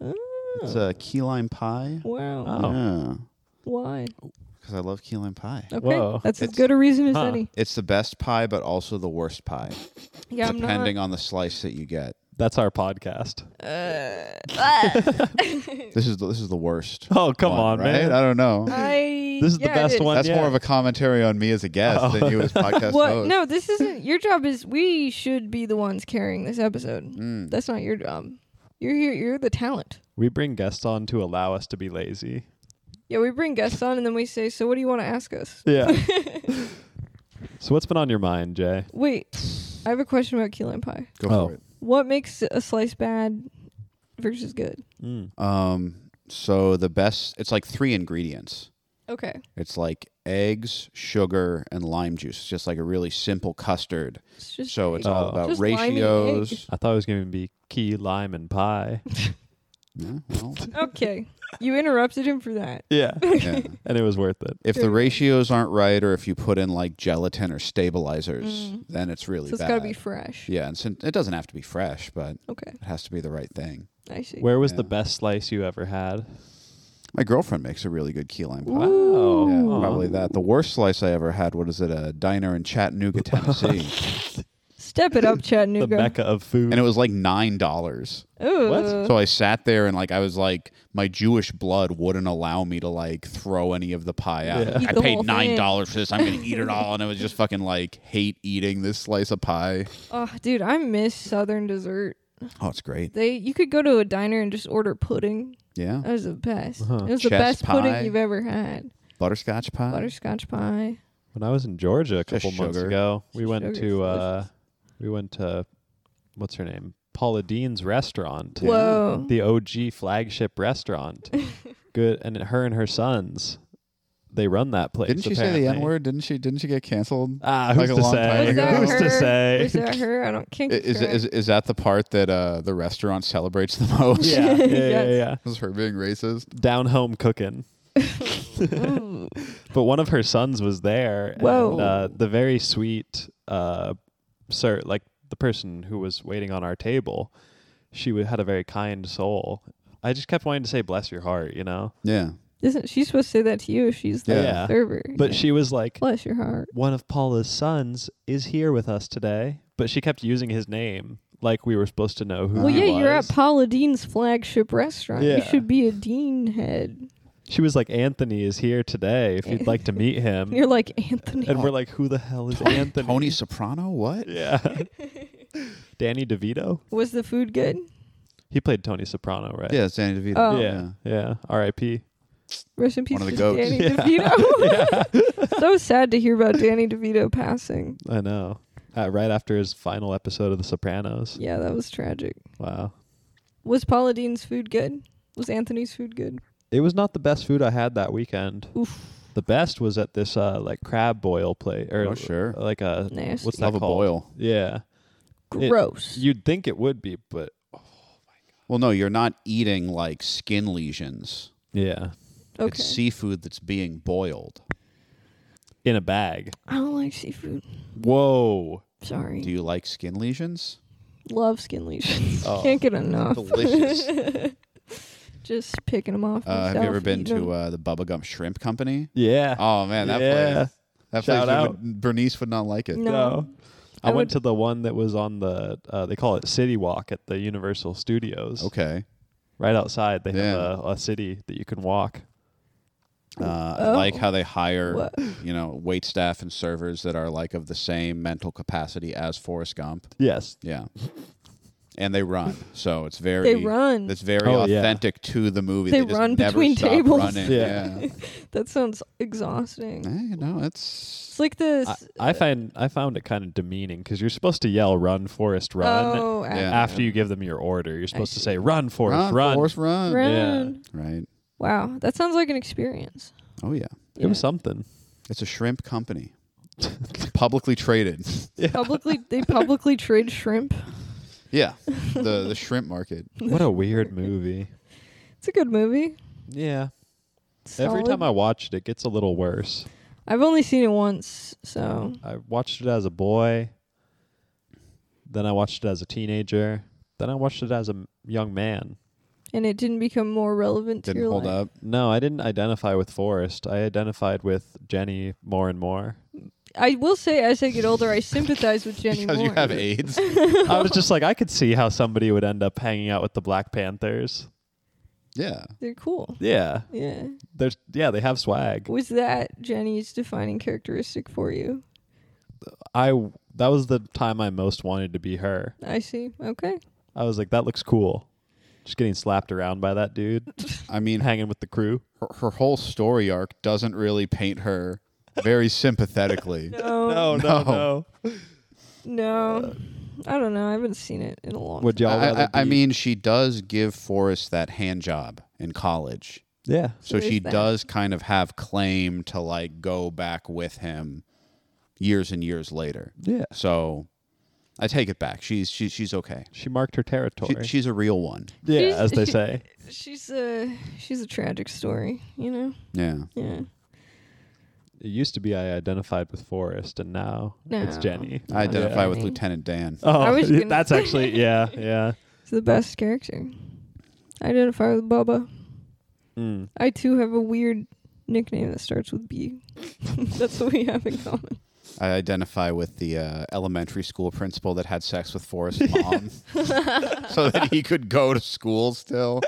Speaker 3: it?
Speaker 1: It's
Speaker 3: Oh,
Speaker 1: a key lime pie.
Speaker 3: wow.
Speaker 2: Oh.
Speaker 3: Why?
Speaker 1: because I love key lime pie.
Speaker 3: Okay.
Speaker 2: Whoa.
Speaker 3: That's as
Speaker 1: It's-
Speaker 3: good a reason as
Speaker 2: Huh.
Speaker 3: any.
Speaker 1: It's the best pie, but also the worst pie,
Speaker 3: Yeah, I'm not.
Speaker 1: depending on the slice that you get.
Speaker 2: That's our podcast.
Speaker 3: Uh,
Speaker 1: This is the, this is the worst.
Speaker 2: Oh, come
Speaker 1: one,
Speaker 2: on,
Speaker 1: right?
Speaker 2: man.
Speaker 1: I don't know.
Speaker 3: I.
Speaker 2: This is the
Speaker 3: yeah, it
Speaker 2: best
Speaker 3: is.
Speaker 2: one
Speaker 1: That's
Speaker 2: yeah.
Speaker 1: more of a commentary on me as a guest
Speaker 2: Oh.
Speaker 1: than you as podcast
Speaker 3: What?
Speaker 1: host.
Speaker 3: No, this isn't your job. Is we should be the ones carrying this episode.
Speaker 1: Mm.
Speaker 3: That's not your job. You're here. You're the talent.
Speaker 2: We bring guests on to allow us to be lazy.
Speaker 3: Yeah, we bring guests on and then we say, "So, what do you want to ask us?"
Speaker 2: Yeah. so what's been on your mind, Jay?
Speaker 3: Wait, I have a question about key lime pie.
Speaker 1: Go
Speaker 2: Oh.
Speaker 1: for it.
Speaker 3: What makes a slice bad versus good?
Speaker 1: Um, so the best, it's like three ingredients.
Speaker 3: Okay,
Speaker 1: It's like eggs, sugar, and lime juice. It's just like a really simple custard.
Speaker 3: it's just
Speaker 1: So it's
Speaker 3: egg.
Speaker 1: all
Speaker 2: Oh.
Speaker 1: about
Speaker 3: Just lime and
Speaker 1: ratios.
Speaker 2: I thought it was going to be key lime and pie.
Speaker 1: Yeah, well,
Speaker 3: okay. You interrupted him for that.
Speaker 2: yeah.
Speaker 1: yeah.
Speaker 2: And it was worth it.
Speaker 1: If the ratios aren't right, or if you put in like gelatin or stabilizers,
Speaker 3: Mm.
Speaker 1: then it's really
Speaker 3: So it's
Speaker 1: bad.
Speaker 3: got to be fresh.
Speaker 1: yeah, and since it doesn't have to be fresh, but
Speaker 3: Okay,
Speaker 1: it has to be the right thing.
Speaker 3: I see.
Speaker 2: Where was
Speaker 1: Yeah.
Speaker 2: the best slice you ever had?
Speaker 1: My girlfriend makes a really good key lime pie.
Speaker 2: Wow.
Speaker 1: Yeah,
Speaker 2: Aw.
Speaker 1: probably that. The worst slice I ever had. What is it? A diner in Chattanooga, Tennessee,
Speaker 3: Step it up,
Speaker 2: The
Speaker 3: Chattanooga.
Speaker 2: mecca of food.
Speaker 1: and it was like nine dollars.
Speaker 3: Ooh.
Speaker 2: What?
Speaker 1: So I sat there and like I was like, my Jewish blood wouldn't allow me to like throw any of the pie out.
Speaker 2: Yeah.
Speaker 3: Eat
Speaker 1: I
Speaker 3: the
Speaker 1: paid
Speaker 3: whole
Speaker 1: nine
Speaker 3: thing.
Speaker 1: dollars for this. I'm gonna eat it all, and I was just fucking like hate eating this slice of pie.
Speaker 3: Oh, dude, I miss Southern dessert.
Speaker 1: Oh, it's great.
Speaker 3: They, you could go to a diner and just order pudding.
Speaker 1: Yeah,
Speaker 3: That was the best.
Speaker 2: Uh-huh.
Speaker 3: It was the
Speaker 1: Chess
Speaker 3: best
Speaker 1: pie.
Speaker 3: pudding you've ever had.
Speaker 1: butterscotch pie.
Speaker 3: Butterscotch pie.
Speaker 2: when I was in Georgia a
Speaker 1: Just
Speaker 2: couple months
Speaker 1: sugar.
Speaker 2: ago, we went
Speaker 3: Sugar's
Speaker 2: to uh we went to what's her name? Paula Dean's restaurant.
Speaker 1: Yeah.
Speaker 3: Whoa.
Speaker 2: The OG flagship restaurant. Good and her and her sons they run that place.
Speaker 1: didn't she say the
Speaker 2: apparently.
Speaker 1: N word? Didn't she? Didn't she get canceled?
Speaker 2: Ah,
Speaker 1: Like
Speaker 2: who's
Speaker 1: a
Speaker 2: to
Speaker 1: long time
Speaker 2: say?
Speaker 3: was that
Speaker 1: ago.
Speaker 2: Who's
Speaker 3: her?
Speaker 2: to say?
Speaker 3: Was that her? I don't can't.
Speaker 1: I- Is,
Speaker 3: correct.
Speaker 1: is is that the part that uh, the restaurant celebrates the most?
Speaker 2: yeah, yeah, yeah,
Speaker 3: Yes.
Speaker 2: yeah.
Speaker 1: Is her being racist?
Speaker 2: Down home cooking.
Speaker 3: Ooh.
Speaker 2: But one of her sons was there.
Speaker 3: Whoa.
Speaker 2: And, uh, the very sweet uh, sir, like the person who was waiting on our table, she wa- had a very kind soul. I just kept wanting to say, bless your heart, you know?
Speaker 1: Yeah.
Speaker 3: Isn't she supposed to say that to you if she's the
Speaker 1: Yeah.
Speaker 3: server?
Speaker 2: But she was like,
Speaker 3: bless your heart.
Speaker 2: one of Paula's sons is here with us today. But she kept using his name like we were supposed to know who
Speaker 3: Well,
Speaker 2: he
Speaker 3: yeah,
Speaker 2: was.
Speaker 3: you're at Paula Dean's flagship restaurant. You
Speaker 2: Yeah.
Speaker 3: should be a dean head.
Speaker 2: She was like, Anthony is here today if you'd like to meet him.
Speaker 1: Mm.
Speaker 3: You're like "Oh." Anthony.
Speaker 2: and we're like, who the hell is Anthony?
Speaker 1: Tony Soprano? What?
Speaker 2: Yeah. Danny DeVito.
Speaker 3: Was the food good?
Speaker 2: He played Tony Soprano, right?
Speaker 1: Yeah, it's Danny DeVito.
Speaker 3: Oh.
Speaker 2: Yeah. Yeah. R.I.P.
Speaker 3: Rest in peace,
Speaker 1: One of the
Speaker 3: to
Speaker 1: goats.
Speaker 3: Danny
Speaker 2: Yeah.
Speaker 3: DeVito. so sad to hear about Danny DeVito passing.
Speaker 2: I know. Uh, right after his final episode of The Sopranos.
Speaker 3: Yeah, that was tragic.
Speaker 2: Wow.
Speaker 3: Was Paula Dean's food good? Was Anthony's food good?
Speaker 2: It was not the best food I had that weekend.
Speaker 3: Oof.
Speaker 2: The best was at this uh like crab boil place or
Speaker 1: Oh, sure.
Speaker 2: like a
Speaker 3: Nasty.
Speaker 2: what's that
Speaker 1: Love a
Speaker 2: called?
Speaker 1: boil.
Speaker 2: Yeah. It-
Speaker 3: Gross.
Speaker 2: You'd think it would be, but
Speaker 1: Well, no, you're not eating like skin lesions.
Speaker 2: yeah,
Speaker 3: okay.
Speaker 1: It's seafood that's being boiled.
Speaker 2: in a bag.
Speaker 3: I don't like seafood.
Speaker 2: Whoa.
Speaker 3: Sorry.
Speaker 1: Do you like skin lesions?
Speaker 3: Love skin lesions.
Speaker 2: Oh.
Speaker 3: Can't get enough.
Speaker 1: Delicious.
Speaker 3: Just picking them off.
Speaker 1: Uh, have you
Speaker 3: myself
Speaker 1: ever
Speaker 3: and
Speaker 1: been
Speaker 3: eating
Speaker 1: to
Speaker 3: 'em.
Speaker 1: uh, the Bubba Gump Shrimp Company?
Speaker 2: Yeah.
Speaker 1: Oh man, that
Speaker 2: Yeah.
Speaker 1: place. That
Speaker 2: Shout
Speaker 1: place.
Speaker 2: out.
Speaker 1: Would, Bernice would not like it.
Speaker 3: No.
Speaker 2: I,
Speaker 3: I
Speaker 2: went
Speaker 3: would-
Speaker 2: to the one that was on the uh, they call it City Walk at the Universal Studios.
Speaker 1: Okay.
Speaker 2: Right outside, they have
Speaker 1: Yeah.
Speaker 2: a, a city that you can walk.
Speaker 1: Uh, I
Speaker 3: Oh.
Speaker 1: like how they hire,
Speaker 3: What?
Speaker 1: you know, wait staff and servers that are like of the same mental capacity as Forrest Gump.
Speaker 2: Yes.
Speaker 1: Yeah. And they run, so it's very
Speaker 3: They run.
Speaker 1: It's very
Speaker 2: Oh, yeah.
Speaker 1: authentic to the movie.
Speaker 3: They
Speaker 1: just
Speaker 3: run
Speaker 1: never
Speaker 3: between
Speaker 1: stop
Speaker 3: tables.
Speaker 1: Running.
Speaker 2: Yeah.
Speaker 1: Yeah.
Speaker 3: That sounds exhausting.
Speaker 1: Eh, you know, it's
Speaker 3: It's like this. uh,
Speaker 2: I, I find I found it kind of demeaning because you're supposed to yell "Run, Forest, Run"
Speaker 3: Oh, after.
Speaker 1: Yeah.
Speaker 2: after you give them your order. You're supposed to
Speaker 3: see.
Speaker 2: say "Run, Forest,
Speaker 1: run,
Speaker 2: Run."
Speaker 1: Forrest, run.
Speaker 3: Run.
Speaker 1: Right.
Speaker 3: Wow, that sounds like an experience.
Speaker 1: Oh yeah.
Speaker 2: It was something.
Speaker 1: It's a shrimp company, publicly traded.
Speaker 3: Publicly, they publicly trade shrimp.
Speaker 1: Yeah. The the shrimp market.
Speaker 2: What a weird movie.
Speaker 3: It's a good movie.
Speaker 2: Yeah.
Speaker 3: Solid.
Speaker 2: Every time I watch it, it gets a little worse.
Speaker 3: I've only seen it once, so
Speaker 2: I watched it as a boy. Then I watched it as a teenager. Then I watched it as a m- young man.
Speaker 3: and it didn't become more relevant to
Speaker 1: Didn't
Speaker 3: your
Speaker 1: hold
Speaker 3: life.
Speaker 1: up.
Speaker 2: No, I didn't identify with Forrest. I identified with Jenny more and more.
Speaker 3: I will say, as I get older, I sympathize with Jenny
Speaker 1: Because you
Speaker 3: more.
Speaker 1: have AIDS.
Speaker 2: I was just like, I could see how somebody would end up hanging out with the Black Panthers.
Speaker 1: yeah.
Speaker 3: They're cool.
Speaker 2: Yeah,
Speaker 3: Yeah.
Speaker 2: there's yeah, they have swag.
Speaker 3: Was that Jenny's defining characteristic for you?
Speaker 2: I that was the time I most wanted to be her.
Speaker 3: I see. Okay.
Speaker 2: I was like, that looks cool. Just getting slapped around by that dude,
Speaker 1: I mean,
Speaker 2: hanging with the crew.
Speaker 1: her, her whole story arc doesn't really paint her very sympathetically.
Speaker 3: No. No.
Speaker 1: Oh, no,
Speaker 3: I don't know. I haven't seen it in a long
Speaker 2: Would
Speaker 1: I,
Speaker 2: y'all?
Speaker 1: I-
Speaker 2: rather
Speaker 1: I
Speaker 2: be-
Speaker 1: mean, she does give Forrest that hand job in college.
Speaker 2: yeah,
Speaker 1: So
Speaker 3: There
Speaker 1: she
Speaker 3: is that.
Speaker 1: does kind of have claim to like go back with him years and years later.
Speaker 2: yeah.
Speaker 1: So I take it back. She's she's she's okay.
Speaker 2: She marked her territory.
Speaker 1: She, she's a real one.
Speaker 2: yeah,
Speaker 3: She's-
Speaker 2: as they
Speaker 3: she-
Speaker 2: say.
Speaker 3: time. She's a she's a tragic story, you know.
Speaker 1: Yeah.
Speaker 3: Yeah.
Speaker 2: It used to be I identified with Forrest, and now it's
Speaker 3: No.
Speaker 2: Jenny.
Speaker 1: I identify
Speaker 3: Yeah.
Speaker 1: with Lieutenant Dan.
Speaker 2: Oh,
Speaker 3: I was gonna
Speaker 2: that's
Speaker 3: say-
Speaker 2: actually yeah, yeah.
Speaker 3: It's the best character. I identify with Bubba.
Speaker 2: Mm.
Speaker 3: I too have a weird nickname that starts with B. That's what we have in common.
Speaker 1: I identify with the uh, elementary school principal that had sex with Forrest's mom so that he could go to school still.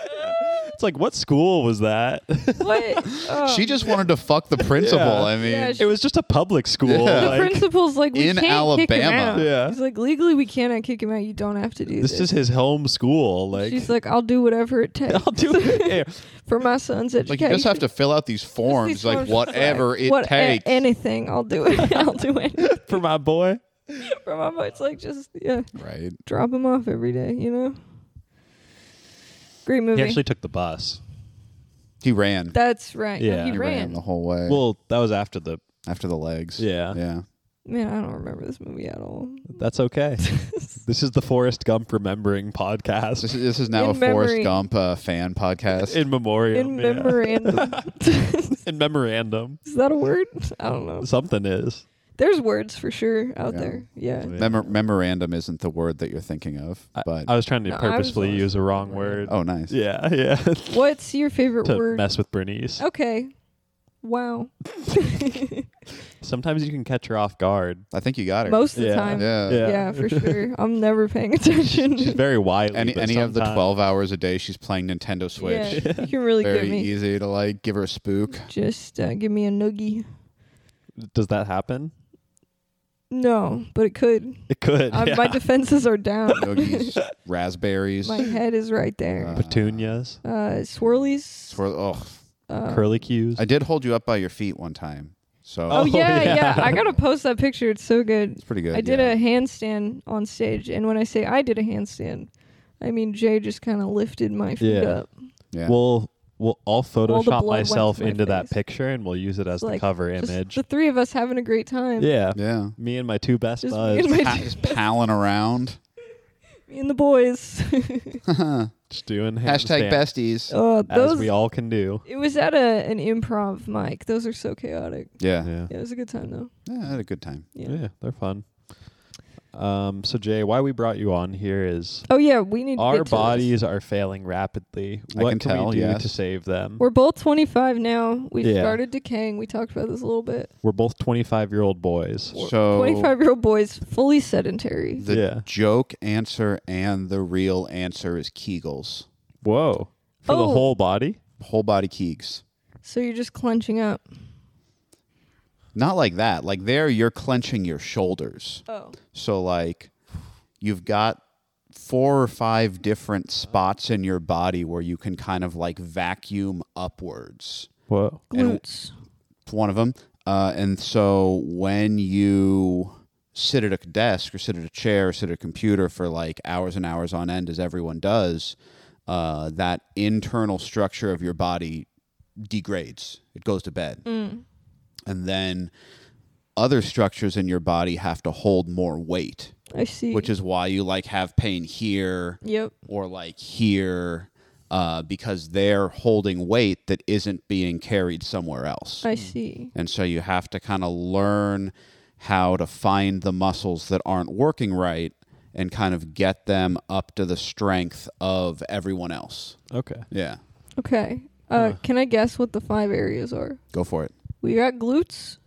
Speaker 2: It's like, what school was that?
Speaker 3: What? Oh.
Speaker 1: She just wanted to fuck the principal.
Speaker 2: Yeah.
Speaker 1: I mean,
Speaker 3: Yeah, she-
Speaker 2: it was just a public school.
Speaker 1: Yeah.
Speaker 3: the
Speaker 2: like-
Speaker 3: principal's like we
Speaker 1: In
Speaker 3: can't kick him out.
Speaker 1: Alabama.
Speaker 2: Yeah.
Speaker 3: He's like legally we cannot kick him out. You don't have to do this.
Speaker 2: this is his home school. Like,
Speaker 3: She's like I'll do whatever it takes.
Speaker 2: I'll do it. Yeah.
Speaker 3: for my son's education.
Speaker 1: like you just have to fill out these forms,
Speaker 3: These
Speaker 1: like
Speaker 3: forms,
Speaker 1: whatever
Speaker 3: like,
Speaker 1: it
Speaker 3: what- a-
Speaker 1: takes.
Speaker 3: anything, I'll do it. I'll do it.
Speaker 2: for my boy.
Speaker 3: For my boy, it's like just yeah,
Speaker 1: right.
Speaker 3: drop him off every day. You know. Great movie.
Speaker 2: He actually took the bus.
Speaker 1: He ran.
Speaker 3: That's right. Yeah,
Speaker 2: Yeah.
Speaker 3: he,
Speaker 2: He
Speaker 1: he ran.
Speaker 3: ran.
Speaker 1: the whole way.
Speaker 2: Well, that was after the.
Speaker 1: after the legs.
Speaker 2: Yeah,
Speaker 1: Yeah.
Speaker 3: Man, I don't remember this movie at all.
Speaker 2: that's okay. this is the Forrest Gump remembering
Speaker 1: This
Speaker 2: podcast
Speaker 1: is, this is now
Speaker 3: In
Speaker 1: a Forrest
Speaker 3: memory.
Speaker 1: Gump uh, fan podcast.
Speaker 2: in memoriam.
Speaker 3: In
Speaker 2: yeah.
Speaker 3: memorandum.
Speaker 2: in memorandum,
Speaker 3: Is that a word? I don't know.
Speaker 2: something is.
Speaker 3: There's words for sure out
Speaker 1: Yeah.
Speaker 3: there. Yeah.
Speaker 1: Memor- memorandum isn't the word that you're thinking of,
Speaker 2: I-
Speaker 1: but
Speaker 2: I, was trying to
Speaker 3: No, I was
Speaker 2: purposefully
Speaker 3: always
Speaker 2: use a wrong word.
Speaker 3: remembering.
Speaker 1: oh, nice.
Speaker 2: Yeah, yeah.
Speaker 3: What's your favorite
Speaker 2: to
Speaker 3: word?
Speaker 2: mess with Bernice.
Speaker 3: Okay. Wow.
Speaker 2: Sometimes you can catch her off guard.
Speaker 1: I think you got it.
Speaker 3: Most of the
Speaker 2: Yeah.
Speaker 3: time.
Speaker 1: yeah.
Speaker 2: Yeah.
Speaker 3: Yeah, for sure. I'm never paying attention.
Speaker 2: She's very wily.
Speaker 1: Any
Speaker 2: but
Speaker 1: any of the
Speaker 2: sometime-
Speaker 1: twelve hours a day she's playing Nintendo Switch.
Speaker 3: Yeah, you can really
Speaker 1: Very
Speaker 3: get me.
Speaker 1: easy to like give her a spook.
Speaker 3: Just uh, give me a noogie.
Speaker 2: Does that happen?
Speaker 3: No, but it could.
Speaker 2: It could.
Speaker 3: Um,
Speaker 2: yeah.
Speaker 3: My defenses are down.
Speaker 1: Noogies, raspberries,
Speaker 3: my head is right there.
Speaker 1: Uh,
Speaker 2: Petunias,
Speaker 3: Uh, swirlies.
Speaker 1: swirl- oh,
Speaker 3: uh,
Speaker 2: curly cues.
Speaker 1: I did hold you up by your feet one time, so
Speaker 3: Oh,
Speaker 2: Oh,
Speaker 3: yeah,
Speaker 2: yeah.
Speaker 3: yeah, I gotta post that picture. It's so good.
Speaker 1: it's pretty good.
Speaker 3: I did
Speaker 1: yeah.
Speaker 3: a handstand on stage, and when I say I did a handstand, I mean Jay just kind of lifted my feet
Speaker 2: Yeah.
Speaker 3: up.
Speaker 1: Yeah.
Speaker 2: We'll We'll I'll
Speaker 3: blood
Speaker 2: Photoshop
Speaker 3: went
Speaker 2: myself
Speaker 3: to my
Speaker 2: into that
Speaker 3: face.
Speaker 2: picture and we'll use it as
Speaker 3: It's
Speaker 2: the
Speaker 3: like,
Speaker 2: cover
Speaker 3: Just
Speaker 2: image.
Speaker 3: the three of us having a great time.
Speaker 2: yeah.
Speaker 1: Yeah.
Speaker 2: Me and my two best
Speaker 3: Just me
Speaker 2: buds
Speaker 3: and my-
Speaker 1: Pa- just palling around.
Speaker 3: Me and the boys.
Speaker 2: just doing
Speaker 1: Hashtag
Speaker 2: handstands Uh,
Speaker 1: besties.
Speaker 3: oh,
Speaker 2: as
Speaker 3: those.
Speaker 2: we all can do.
Speaker 3: it was at a an improv mic. Those are so chaotic.
Speaker 1: Yeah.
Speaker 2: Yeah.
Speaker 3: Yeah, it was a good time though.
Speaker 1: yeah. I had a good time.
Speaker 3: Yeah.
Speaker 2: Yeah, they're fun. Um, so Jay, why we brought you on here is
Speaker 3: Oh yeah, we need to
Speaker 2: our
Speaker 3: get to This.
Speaker 2: bodies are failing rapidly.
Speaker 1: I
Speaker 2: What
Speaker 1: can
Speaker 2: can,
Speaker 1: tell,
Speaker 2: we do
Speaker 1: yes.
Speaker 2: to save them?
Speaker 3: We're both 25 now. We
Speaker 2: Yeah.
Speaker 3: started decaying. We talked about this a little bit.
Speaker 2: We're both 25 year old boys.
Speaker 1: So
Speaker 3: 25 year old boys, fully sedentary.
Speaker 1: the
Speaker 2: Yeah.
Speaker 1: joke answer and the real answer is Kegels,
Speaker 2: Whoa. For the
Speaker 3: Oh.
Speaker 2: whole body?
Speaker 1: whole body Kegs.
Speaker 3: So you're just clenching up.
Speaker 1: Not like that. Like there, you're clenching your shoulders.
Speaker 3: Oh.
Speaker 1: So like, you've got four or five different spots in your body where you can kind of like vacuum upwards.
Speaker 2: Whoa.
Speaker 1: And-
Speaker 3: Glutes.
Speaker 1: It's one of them. Uh, and so when you sit at a desk or sit at a chair or sit at a computer for like hours and hours on end, as everyone does, uh, that internal structure of your body degrades. It goes to bed. And then other structures in your body have to hold more weight,
Speaker 3: I see.
Speaker 1: which is why you like have pain here
Speaker 3: Yep.
Speaker 1: or like here. Uh, because they're holding weight that isn't being carried somewhere else.
Speaker 2: Hmm.
Speaker 3: I see.
Speaker 1: And so you have to kind of learn how to find the muscles that aren't working right and kind of get them up to the strength of everyone else.
Speaker 2: Okay.
Speaker 1: Yeah.
Speaker 3: Okay. Uh, Can I guess what the five areas are?
Speaker 1: Go for it.
Speaker 3: We got glutes,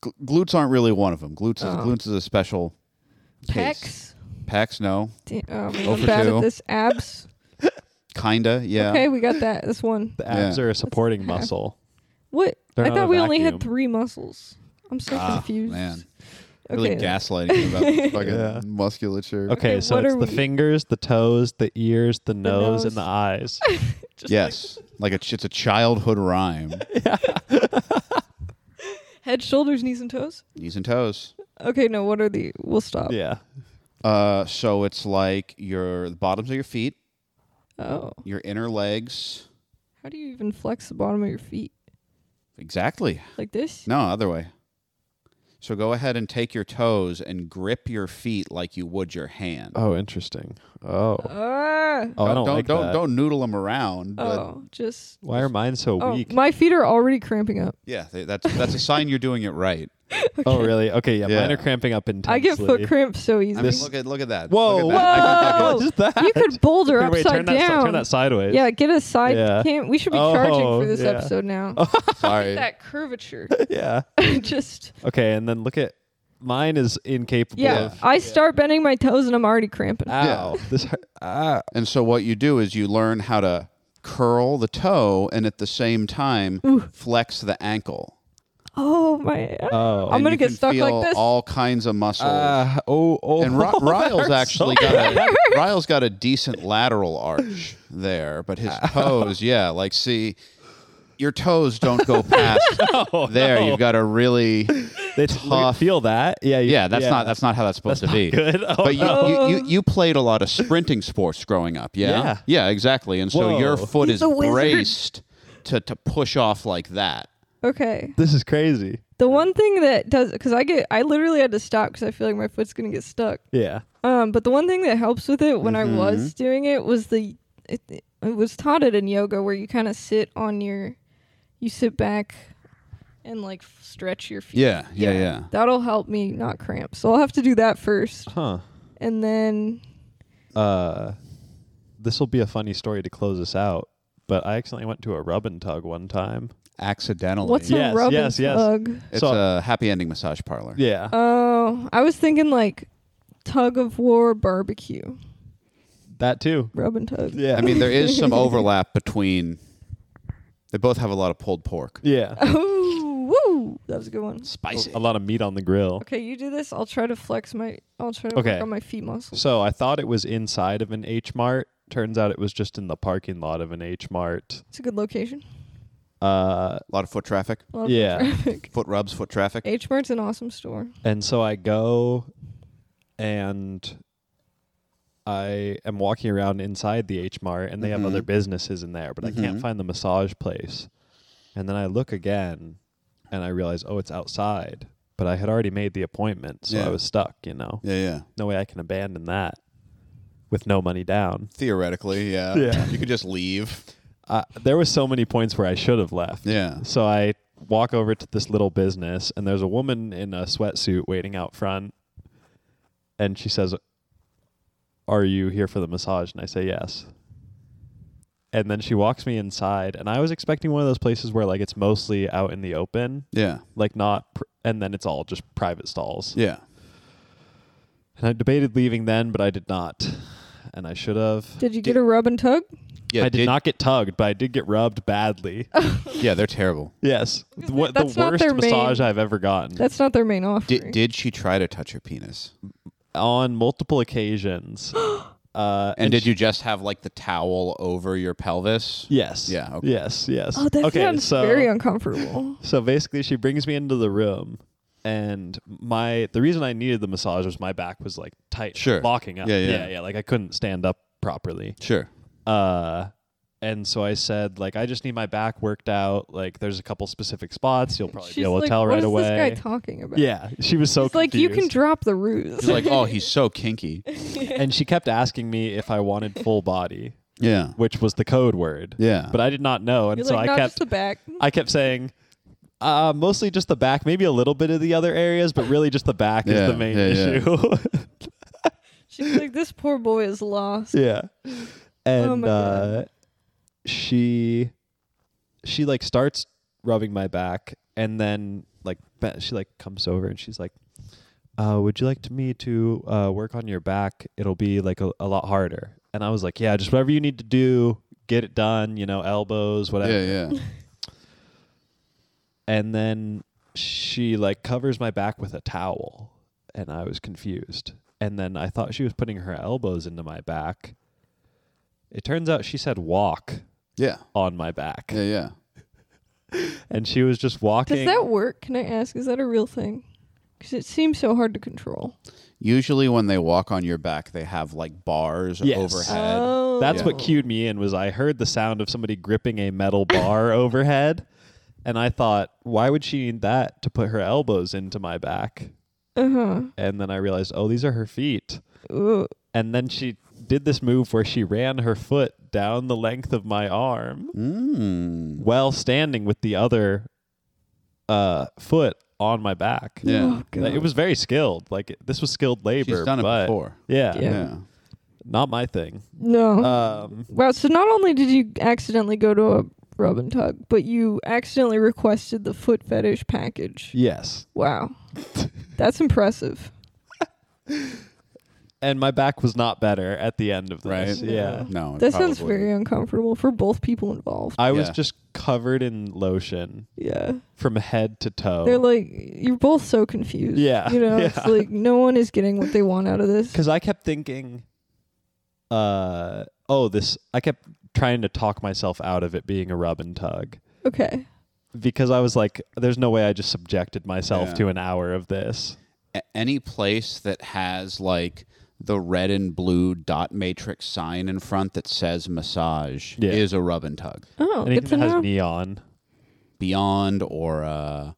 Speaker 1: Gl- glutes aren't really one of them. Glutes is,
Speaker 3: Oh.
Speaker 1: glutes is a special case.
Speaker 3: pecs.
Speaker 1: Pecs, no.
Speaker 3: Da- oh, man,
Speaker 1: Go
Speaker 3: I'm
Speaker 1: for
Speaker 3: bad
Speaker 1: two.
Speaker 3: at this. Abs.
Speaker 1: Kinda, yeah.
Speaker 3: Okay, we got that. This one.
Speaker 2: The abs
Speaker 1: Yeah.
Speaker 2: are a supporting
Speaker 3: half.
Speaker 2: muscle.
Speaker 3: What?
Speaker 2: They're
Speaker 3: I
Speaker 2: not a
Speaker 3: thought we only had
Speaker 2: vacuum.
Speaker 3: three muscles. I'm so
Speaker 1: Ah,
Speaker 3: confused.
Speaker 1: man.
Speaker 3: Okay.
Speaker 1: Really gaslighting you about this fucking
Speaker 2: Yeah.
Speaker 1: musculature.
Speaker 2: Okay,
Speaker 3: Okay,
Speaker 2: so
Speaker 3: what
Speaker 2: it's
Speaker 3: are
Speaker 2: the
Speaker 3: we-
Speaker 2: fingers, the toes, the ears, the nose,
Speaker 3: nose.
Speaker 2: and the eyes.
Speaker 3: Just
Speaker 1: Yes. Like a, ch- it's a childhood rhyme.
Speaker 3: like head, shoulders, knees, and toes.
Speaker 1: Knees and toes.
Speaker 3: Okay, no. What are the? We'll stop.
Speaker 2: yeah.
Speaker 1: Uh, so it's like your the bottoms of your feet,
Speaker 3: Oh,
Speaker 1: your inner legs.
Speaker 3: how do you even flex the bottom of your feet
Speaker 1: Exactly.
Speaker 3: like this?
Speaker 1: No, other way. So go ahead and take your toes and grip your feet like you would your hand.
Speaker 2: Oh, interesting. Oh.
Speaker 3: Ah.
Speaker 2: Oh, I
Speaker 1: don't
Speaker 2: don't, like
Speaker 1: don't,
Speaker 2: that.
Speaker 1: don't noodle them around. But
Speaker 3: oh, just.
Speaker 2: Why are mine so
Speaker 3: Oh,
Speaker 2: weak?
Speaker 3: my feet are already cramping up.
Speaker 1: yeah, they, that's that's a sign you're doing it right.
Speaker 2: Oh, really? Okay, yeah, mine
Speaker 1: Yeah.
Speaker 2: are cramping up intensely.
Speaker 3: I get foot cramps so easy.
Speaker 1: I mean, look at look at that.
Speaker 2: Whoa,
Speaker 1: Look at that. I can
Speaker 3: whoa.
Speaker 1: fucking-
Speaker 2: What is that?
Speaker 3: you could boulder
Speaker 2: Here, wait, turn
Speaker 3: upside
Speaker 2: that, si-
Speaker 3: down.
Speaker 2: Turn that sideways.
Speaker 3: yeah, get a side
Speaker 2: Yeah.
Speaker 3: cam. We should be
Speaker 2: Oh,
Speaker 3: charging for this
Speaker 2: yeah.
Speaker 3: episode now.
Speaker 1: sorry.
Speaker 3: That curvature,
Speaker 2: yeah.
Speaker 3: just
Speaker 2: Okay, and then look at mine is incapable
Speaker 3: yeah.
Speaker 2: of.
Speaker 3: I start bending my toes and I'm already cramping.
Speaker 2: Ow. This hurt. Ah.
Speaker 1: And so what you do is you learn how to curl the toe and at the same time flex the ankle.
Speaker 3: oh my!
Speaker 2: Oh.
Speaker 3: I'm
Speaker 1: Uh, And
Speaker 3: gonna
Speaker 1: you
Speaker 3: get
Speaker 1: can
Speaker 3: stuck like
Speaker 1: feel
Speaker 3: this?
Speaker 1: All kinds of muscles.
Speaker 2: Ah, oh, oh.
Speaker 1: And Ry- Ryle's
Speaker 2: that
Speaker 1: actually
Speaker 2: hurts so
Speaker 1: got a, Ryle's got a decent lateral arch there, but his toes, yeah, like see, your toes don't go past
Speaker 2: Oh,
Speaker 1: there.
Speaker 2: no.
Speaker 1: You've got to really,
Speaker 2: They t-
Speaker 1: tough-
Speaker 2: feel that. Yeah. you-
Speaker 1: yeah. That's not that's not how that's supposed to be.
Speaker 2: good. Oh,
Speaker 1: But you,
Speaker 2: no.
Speaker 1: you, you you played a lot of sprinting sports growing up, yeah,
Speaker 2: Yeah.
Speaker 1: exactly. And so your
Speaker 2: Whoa.
Speaker 1: foot
Speaker 3: He's
Speaker 1: is
Speaker 3: a wizard.
Speaker 1: braced to to push off like that.
Speaker 3: Okay.
Speaker 2: this is crazy.
Speaker 3: The one thing that does, because I get, I literally had to stop because I feel like my foot's gonna get stuck.
Speaker 2: Yeah.
Speaker 3: Um, but the one thing that helps with it when
Speaker 1: Mm-hmm.
Speaker 3: I was doing it was the, it, it was taught it in yoga where you kind of sit on your, you sit back, and like f- stretch your feet.
Speaker 1: Yeah, yeah, yeah.
Speaker 3: That'll help me not cramp. So I'll have to do that first,
Speaker 2: Huh.
Speaker 3: and then
Speaker 2: Uh, this will be a funny story to close us out. But I accidentally went to a rub and tug one time.
Speaker 1: Accidentally,
Speaker 3: what's
Speaker 2: Yes,
Speaker 3: a rub
Speaker 2: yes,
Speaker 3: and
Speaker 2: yes.
Speaker 3: tug?
Speaker 1: it's
Speaker 2: so-
Speaker 1: a happy ending massage parlor.
Speaker 2: Yeah.
Speaker 3: Oh, I was thinking like tug of war barbecue,
Speaker 2: that too.
Speaker 3: rub and tug.
Speaker 2: Yeah.
Speaker 1: I mean, there is some overlap between. They both have a lot of pulled pork.
Speaker 2: yeah.
Speaker 3: Oh, woo! That was a good one.
Speaker 1: Spicy.
Speaker 2: A lot of meat on the grill.
Speaker 3: Okay, you do this. I'll try to flex my. I'll try to
Speaker 2: Okay.
Speaker 3: work on my feet muscles.
Speaker 2: So I thought it was inside of an H Mart. Turns out it was just in the parking lot of an H Mart.
Speaker 3: It's a good location.
Speaker 2: Uh,
Speaker 1: A lot of foot traffic.
Speaker 3: A lot of
Speaker 2: Yeah.
Speaker 3: traffic.
Speaker 1: Foot rubs, foot traffic.
Speaker 3: H Mart's an awesome store.
Speaker 2: and so I go, and I am walking around inside the H Mart and they have
Speaker 1: Mm-hmm.
Speaker 2: other businesses in there, but I can't find the massage place. And then I look again and I realize, oh, it's outside. But I had already made the appointment, so
Speaker 1: Yeah.
Speaker 2: I was stuck, you know.
Speaker 1: Yeah, yeah.
Speaker 2: No way I can abandon that with no money down.
Speaker 1: Theoretically, yeah.
Speaker 2: Yeah.
Speaker 1: You could just leave.
Speaker 2: I, there was so many points where I should have left.
Speaker 1: Yeah.
Speaker 2: So I walk over to this little business, and there's a woman in a sweatsuit waiting out front, and she says, "Are you here for the massage?" And I say, "Yes." And then she walks me inside, and I was expecting one of those places where like it's mostly out in the open,
Speaker 1: Yeah.
Speaker 2: like not, pr- and then it's all just private stalls.
Speaker 1: Yeah.
Speaker 2: And I debated leaving then, but I did not, and I should have.
Speaker 3: Did you get a rub and tug?
Speaker 1: Yeah.
Speaker 2: I did,
Speaker 1: did-
Speaker 2: not get tugged, but I did get rubbed badly.
Speaker 1: Yeah, they're terrible.
Speaker 2: yes, the, what, the
Speaker 3: That's not
Speaker 2: worst
Speaker 3: their main-
Speaker 2: massage I've ever gotten.
Speaker 3: That's not their main
Speaker 1: Did,
Speaker 3: offering.
Speaker 1: did she try to touch your penis?
Speaker 2: on multiple occasions. uh,
Speaker 1: And, did you just have like the towel over your pelvis?
Speaker 2: Yes.
Speaker 1: Yeah, okay.
Speaker 2: Yes. Yes.
Speaker 3: oh, that
Speaker 2: okay,
Speaker 3: sounds
Speaker 2: so,
Speaker 3: very uncomfortable.
Speaker 2: So basically, she brings me into the room, and my the reason I needed the massage was my back was like tight,
Speaker 1: Sure.
Speaker 2: locking up.
Speaker 1: Yeah, yeah.
Speaker 2: yeah. Like I couldn't stand up properly.
Speaker 1: Sure.
Speaker 2: Uh, and so I said, like, I just need my back worked out. Like, there's a couple specific spots you'll probably be
Speaker 3: She's
Speaker 2: able
Speaker 3: like,
Speaker 2: to tell
Speaker 3: what
Speaker 2: right
Speaker 3: is
Speaker 2: away.
Speaker 3: this guy talking about?
Speaker 2: yeah, she was so
Speaker 3: It's like you can
Speaker 2: confused.
Speaker 3: drop the ruse.
Speaker 1: You're like, oh, he's so kinky.
Speaker 2: and she kept asking me if I wanted full body,
Speaker 1: Yeah.
Speaker 2: which was the code word.
Speaker 1: Yeah.
Speaker 2: but I did not know, and
Speaker 3: You're
Speaker 2: so
Speaker 3: like,
Speaker 2: I
Speaker 3: not
Speaker 2: kept
Speaker 3: just the back.
Speaker 2: I kept saying uh, mostly just the back, maybe a little bit of the other areas, but really just the back
Speaker 1: Yeah,
Speaker 2: is the main
Speaker 1: yeah, yeah.
Speaker 2: issue.
Speaker 3: She's like, this poor boy is lost.
Speaker 2: Yeah, and
Speaker 3: Oh my
Speaker 2: uh, she she like starts rubbing my back, and then like be- she like comes over and she's like. Uh, would you like to me to uh, work on your back? It'll be like a, a lot harder. And I was like, yeah, just whatever you need to do, get it done. You know, elbows, whatever.
Speaker 1: Yeah, yeah.
Speaker 2: and then she like covers my back with a towel and i was confused and then i thought she was putting her elbows into my back it turns out she said walk
Speaker 1: Yeah.
Speaker 2: on my back
Speaker 1: Yeah, yeah.
Speaker 2: and she was just
Speaker 3: Does
Speaker 2: walking
Speaker 3: that work? Can I ask? Is that a real thing? Because it seems so hard to control.
Speaker 1: Usually when they walk on your back, they have like bars
Speaker 2: Yes.
Speaker 1: overhead.
Speaker 3: Oh,
Speaker 2: that's what
Speaker 3: cute.
Speaker 2: cued me in was i heard the sound of somebody gripping a metal bar overhead and i thought why would she need that to put her elbows into my back
Speaker 3: Uh huh.
Speaker 2: and then i realized oh these are her feet
Speaker 3: Ooh.
Speaker 2: and then she did this move where she ran her foot down the length of my arm
Speaker 1: Mm.
Speaker 2: while standing with the other uh, foot on Oh my back.
Speaker 1: Yeah.
Speaker 2: Like, it was very skilled. Like it- this was skilled labor.
Speaker 1: She's done it
Speaker 2: but-
Speaker 1: before.
Speaker 2: Yeah,
Speaker 3: Yeah.
Speaker 1: Yeah.
Speaker 2: not my thing.
Speaker 3: No.
Speaker 2: Um,
Speaker 3: wow. So not only did you accidentally go to a rub and tug, but you accidentally requested the foot fetish package.
Speaker 2: yes,
Speaker 3: Wow. That's impressive.
Speaker 2: and my back was not better at the end of this.
Speaker 1: Right.
Speaker 2: Yeah,
Speaker 1: No. it
Speaker 3: That sounds
Speaker 1: probably-
Speaker 3: very uncomfortable for both people involved.
Speaker 2: I was
Speaker 1: Yeah.
Speaker 2: just covered in lotion
Speaker 3: Yeah.
Speaker 2: from head to toe.
Speaker 3: They're like, you're both so confused.
Speaker 2: Oh. Yeah,
Speaker 3: You know,
Speaker 2: yeah.
Speaker 3: it's like no one is getting what they want out of this.
Speaker 2: because I kept thinking, uh, oh, this. I kept trying to talk myself out of it being a rub and tug
Speaker 3: Okay.
Speaker 2: because I was like, there's no way I just subjected myself
Speaker 1: Yeah.
Speaker 2: to an hour of this.
Speaker 1: A- Any place that has like the red and blue dot matrix sign in front that says massage
Speaker 2: Yeah.
Speaker 1: is a rub and tug.
Speaker 3: Oh, good to
Speaker 2: Anything that has
Speaker 3: know.
Speaker 2: neon.
Speaker 1: Beyond or uh,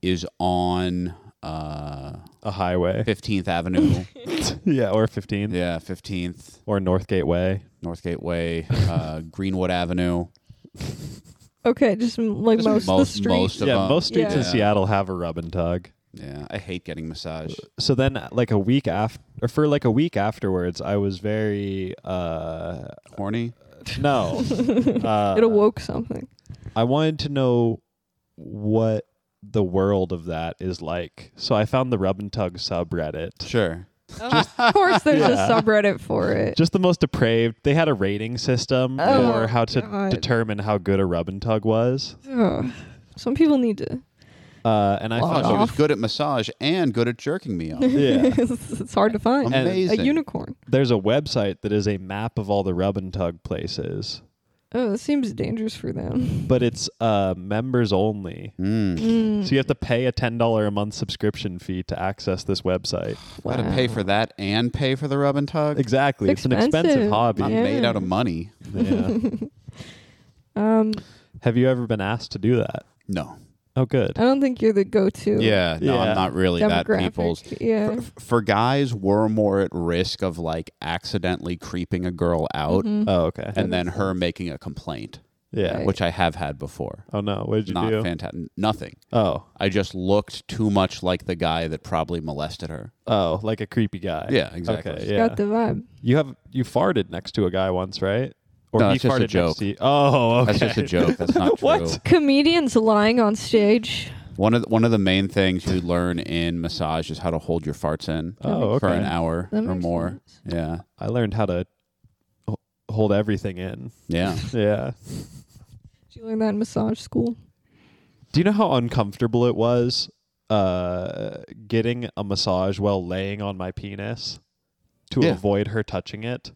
Speaker 1: is on uh,
Speaker 2: A highway,
Speaker 1: 15th Avenue.
Speaker 2: yeah, or 15,
Speaker 1: yeah, 15th,
Speaker 2: or North Gateway.
Speaker 1: North Gateway, uh, Greenwood Avenue.
Speaker 3: Okay, just m- like
Speaker 1: Just
Speaker 3: most, of the
Speaker 1: most-
Speaker 3: street.
Speaker 1: most of-
Speaker 2: yeah,
Speaker 1: Savant.
Speaker 2: most streets in
Speaker 1: Yeah.
Speaker 2: Seattle have a rub and tug.
Speaker 1: Yeah, I hate getting massage.
Speaker 2: So then, like a week after, or for like a week afterwards, I was very uh,
Speaker 1: Horny?
Speaker 2: no. uh,
Speaker 3: it awoke something.
Speaker 2: I wanted to know what the world of that is like. So I found the Rub and Tug subreddit.
Speaker 1: Sure.
Speaker 3: of course, there's
Speaker 2: Yeah.
Speaker 3: a subreddit for it.
Speaker 2: Just the most depraved. They had a rating system
Speaker 3: Oh,
Speaker 2: for how to
Speaker 3: God.
Speaker 2: determine how good a Rub and Tug was.
Speaker 3: Ugh. Some people need to.
Speaker 2: Uh, and
Speaker 1: Oh,
Speaker 2: I
Speaker 1: she
Speaker 2: found
Speaker 1: was
Speaker 3: off.
Speaker 1: good at massage and good at jerking me off.
Speaker 2: yeah,
Speaker 3: it's it's hard to find.
Speaker 1: Amazing.
Speaker 3: A unicorn.
Speaker 2: there's a website that is a map of all the Rub and Tug places.
Speaker 3: Oh, that seems dangerous for them.
Speaker 2: but it's uh, members only.
Speaker 1: Mm.
Speaker 3: Mm,
Speaker 2: So you have to pay a ten dollar a month subscription fee to access this website.
Speaker 1: Got to pay
Speaker 3: wow.
Speaker 1: for that and pay for the rub and tug.
Speaker 2: Exactly, it's, an expensive
Speaker 3: expensive.
Speaker 1: I'm not
Speaker 2: hobby.
Speaker 3: Yeah.
Speaker 1: made out of money.
Speaker 2: Yeah.
Speaker 3: Um,
Speaker 2: Have you ever been asked to do that?
Speaker 1: No.
Speaker 2: Oh, good.
Speaker 3: I don't think you're the go-to.
Speaker 1: Yeah. No,
Speaker 2: Yeah.
Speaker 1: I'm not really that
Speaker 3: demographic.
Speaker 1: people's.
Speaker 3: Yeah.
Speaker 1: For, for guys, we're more at risk of like accidentally creeping a girl out
Speaker 3: Mhm.
Speaker 2: Oh, okay.
Speaker 1: and then her making a complaint,
Speaker 2: yeah.
Speaker 3: Right.
Speaker 1: which I have had before.
Speaker 2: Oh no, what did you
Speaker 1: Not
Speaker 2: do?
Speaker 1: fantastic. Nothing.
Speaker 2: Oh,
Speaker 1: I just looked too much like the guy that probably molested her.
Speaker 2: oh, like a creepy guy.
Speaker 1: Yeah, exactly.
Speaker 2: Okay, yeah.
Speaker 3: Got the vibe.
Speaker 2: You have you farted next to a guy once, right? Or
Speaker 1: No,
Speaker 2: he
Speaker 1: that's just a
Speaker 2: farted next
Speaker 1: joke.
Speaker 2: to you. Oh, okay.
Speaker 1: That's just a joke. That's not true.
Speaker 2: What?
Speaker 3: Comedians lying on stage.
Speaker 1: One of the, one of the main things you learn in massage is how to hold your farts in
Speaker 2: Oh, okay.
Speaker 1: for an hour
Speaker 3: That
Speaker 1: or
Speaker 3: makes
Speaker 1: more.
Speaker 3: sense.
Speaker 1: Yeah.
Speaker 2: I learned how to h- hold everything in.
Speaker 1: Yeah.
Speaker 2: Yeah.
Speaker 3: Did you learn that in massage school?
Speaker 2: Do you know how uncomfortable it was uh, getting a massage while laying on my penis to
Speaker 1: Yeah.
Speaker 2: avoid her touching it?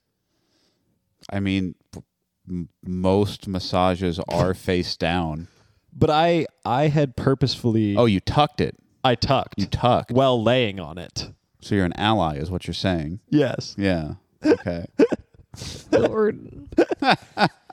Speaker 1: I mean, p- m- most massages are face down.
Speaker 2: But I I had purposefully
Speaker 1: Oh, you tucked it.
Speaker 2: I tucked
Speaker 1: You tucked.
Speaker 2: while laying on it.
Speaker 1: So you're an ally, is what you're saying.
Speaker 2: Yes.
Speaker 1: Yeah. Okay.
Speaker 3: Lord.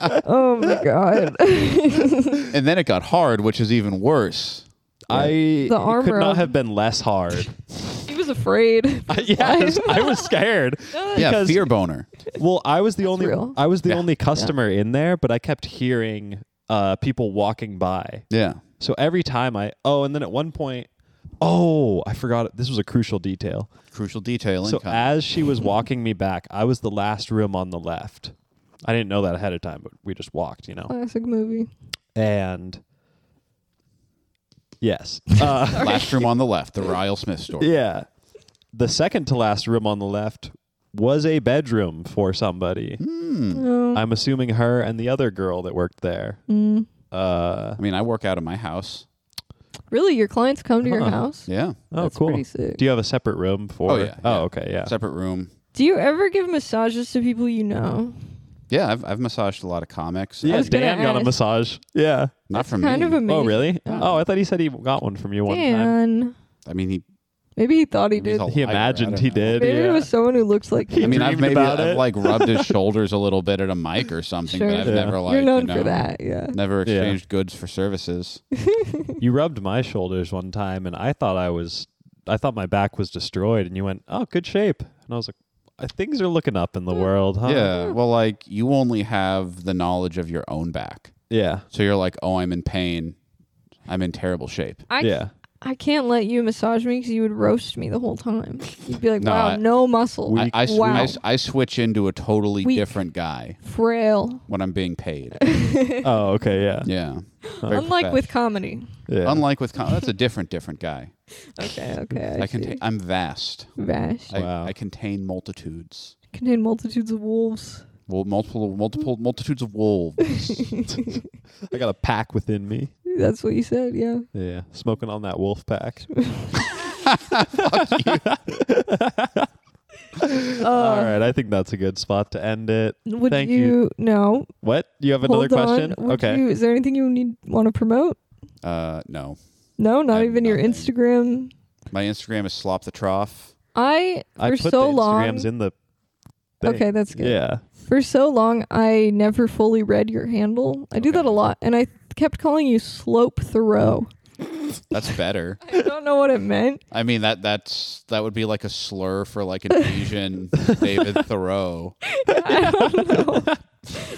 Speaker 3: oh my god.
Speaker 1: and then it got hard, which is even worse.
Speaker 2: I it
Speaker 3: arm
Speaker 2: could
Speaker 3: rub.
Speaker 2: not have been less hard.
Speaker 3: he was afraid.
Speaker 2: yes, I was scared.
Speaker 1: Yeah,
Speaker 2: Because-
Speaker 1: fear boner.
Speaker 2: Well, I was the only
Speaker 3: real.
Speaker 2: I was the
Speaker 1: Yeah.
Speaker 2: only customer in there, but I kept hearing uh, people walking by.
Speaker 1: Yeah.
Speaker 2: So every time I oh, and then at one point, oh, I forgot this was a crucial detail.
Speaker 1: Crucial detail
Speaker 2: So
Speaker 1: income.
Speaker 2: as she was walking me back, I was the last room on the left. I didn't know that ahead of time, but we just walked, you know.
Speaker 3: Classic movie.
Speaker 2: And yes, uh,
Speaker 1: Last room on the left, the Ryle Smith store.
Speaker 2: yeah, the second to last room on the left was a bedroom for somebody.
Speaker 3: Oh.
Speaker 2: I'm assuming her and the other girl that worked there.
Speaker 3: Mm.
Speaker 2: Uh,
Speaker 1: I mean, I work out of my house.
Speaker 3: Really, your clients come to your
Speaker 2: Huh.
Speaker 3: house?
Speaker 1: Yeah.
Speaker 2: oh,
Speaker 3: That's
Speaker 2: cool.
Speaker 3: pretty sick.
Speaker 2: Do you have a separate room for?
Speaker 1: Oh, yeah,
Speaker 2: Oh,
Speaker 1: yeah.
Speaker 2: okay. Yeah.
Speaker 1: Separate room.
Speaker 3: Do you ever give massages to people you know?
Speaker 1: Yeah, I've, I've massaged a lot of comics.
Speaker 2: yeah.
Speaker 1: I-
Speaker 3: was gonna
Speaker 2: Dan got a
Speaker 3: ask.
Speaker 2: massage. Yeah.
Speaker 1: not from
Speaker 3: kind
Speaker 1: me.
Speaker 3: of amazing.
Speaker 2: Oh, really?
Speaker 1: Yeah.
Speaker 2: Oh, I thought he said he got one from you one time.
Speaker 3: Dan.
Speaker 1: I mean, he.
Speaker 3: Maybe he thought he
Speaker 1: He's
Speaker 3: did.
Speaker 1: a-
Speaker 2: He
Speaker 1: Oh, I- I
Speaker 2: imagined
Speaker 1: don't
Speaker 2: he
Speaker 1: know.
Speaker 2: did.
Speaker 3: Maybe it
Speaker 2: Yeah.
Speaker 3: was someone who looks like
Speaker 1: I
Speaker 3: him.
Speaker 1: mean, I've
Speaker 2: dreamed
Speaker 1: maybe
Speaker 2: about
Speaker 1: I've
Speaker 2: it.
Speaker 1: like rubbed his shoulders a little bit at a mic or something,
Speaker 3: Sure.
Speaker 1: but I've
Speaker 2: Yeah.
Speaker 1: never like
Speaker 3: You're known
Speaker 1: you know,
Speaker 3: for that, yeah.
Speaker 1: Never
Speaker 2: Yeah.
Speaker 1: exchanged goods for services.
Speaker 2: You rubbed my shoulders one time, and I thought I was, I thought my back was destroyed, and you went, "Oh, good shape," and I was like, "Uh, "Things are looking up in the world, huh?"
Speaker 1: Hmm. Yeah. Well, like you only have the knowledge of your own back,
Speaker 2: Yeah.
Speaker 1: so you're like, oh, I'm in pain. I'm in terrible shape.
Speaker 3: I,
Speaker 2: Yeah.
Speaker 3: I can't let you massage me because you would roast me the whole time. You'd be like,
Speaker 1: No,
Speaker 3: wow,
Speaker 1: I-
Speaker 3: no muscle.
Speaker 1: I, I, sw-
Speaker 3: wow,
Speaker 1: I s- I switch into a totally
Speaker 3: Weak.
Speaker 1: different guy
Speaker 3: frail.
Speaker 1: when I'm being paid.
Speaker 2: oh, okay. Yeah.
Speaker 1: yeah. Very
Speaker 3: Unlike with
Speaker 1: profesh.
Speaker 3: comedy.
Speaker 2: Yeah.
Speaker 1: unlike with con- that's a different different guy.
Speaker 3: Okay, okay. I,
Speaker 1: I, can.
Speaker 3: see.
Speaker 1: I'm vast.
Speaker 3: Vash.
Speaker 1: I-
Speaker 2: Wow.
Speaker 1: I contain multitudes.
Speaker 3: Contain multitudes of wolves.
Speaker 1: Well, multiple, multiple, multitudes of wolves.
Speaker 2: I got a pack within me.
Speaker 3: That's what you said, yeah.
Speaker 2: Yeah. Smoking on that wolf pack. All right. I think that's a good spot to end it.
Speaker 3: Uh, Would
Speaker 2: Thank
Speaker 3: you,
Speaker 2: you.
Speaker 3: no?
Speaker 2: What? You have another
Speaker 3: Hold on.
Speaker 2: question?
Speaker 3: Would
Speaker 2: okay.
Speaker 3: you- is there anything you need want to promote?
Speaker 1: uh, no,
Speaker 3: No, not
Speaker 1: have
Speaker 3: even your
Speaker 1: nothing.
Speaker 3: Instagram.
Speaker 1: my Instagram is slop the trough.
Speaker 3: I for
Speaker 2: I put
Speaker 3: so
Speaker 2: the
Speaker 3: long.
Speaker 2: Instagrams in the. thing.
Speaker 3: Okay, that's good.
Speaker 2: Yeah.
Speaker 3: For so long, I never fully read your handle. I do
Speaker 1: Okay.
Speaker 3: that a lot, and I kept calling you Slope Thoreau.
Speaker 1: That's better.
Speaker 3: I don't know what it meant.
Speaker 1: I mean that that's that would be like a slur for like an Asian David Thoreau.
Speaker 3: I don't know.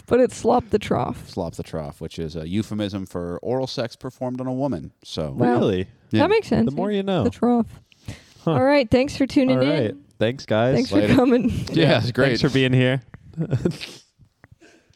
Speaker 3: but it slopped the trough.
Speaker 1: Slop the trough, which is a euphemism for oral sex performed on a woman. So
Speaker 3: Wow.
Speaker 2: Really?
Speaker 1: Yeah.
Speaker 3: That makes sense.
Speaker 2: The more
Speaker 3: yeah.
Speaker 2: you know.
Speaker 3: The trough. All right. Thanks for
Speaker 2: All
Speaker 3: tuning
Speaker 2: right.
Speaker 3: in.
Speaker 2: Thanks, guys.
Speaker 3: Thanks
Speaker 1: Later.
Speaker 3: for coming.
Speaker 1: yeah, it's great.
Speaker 2: Thanks for being here.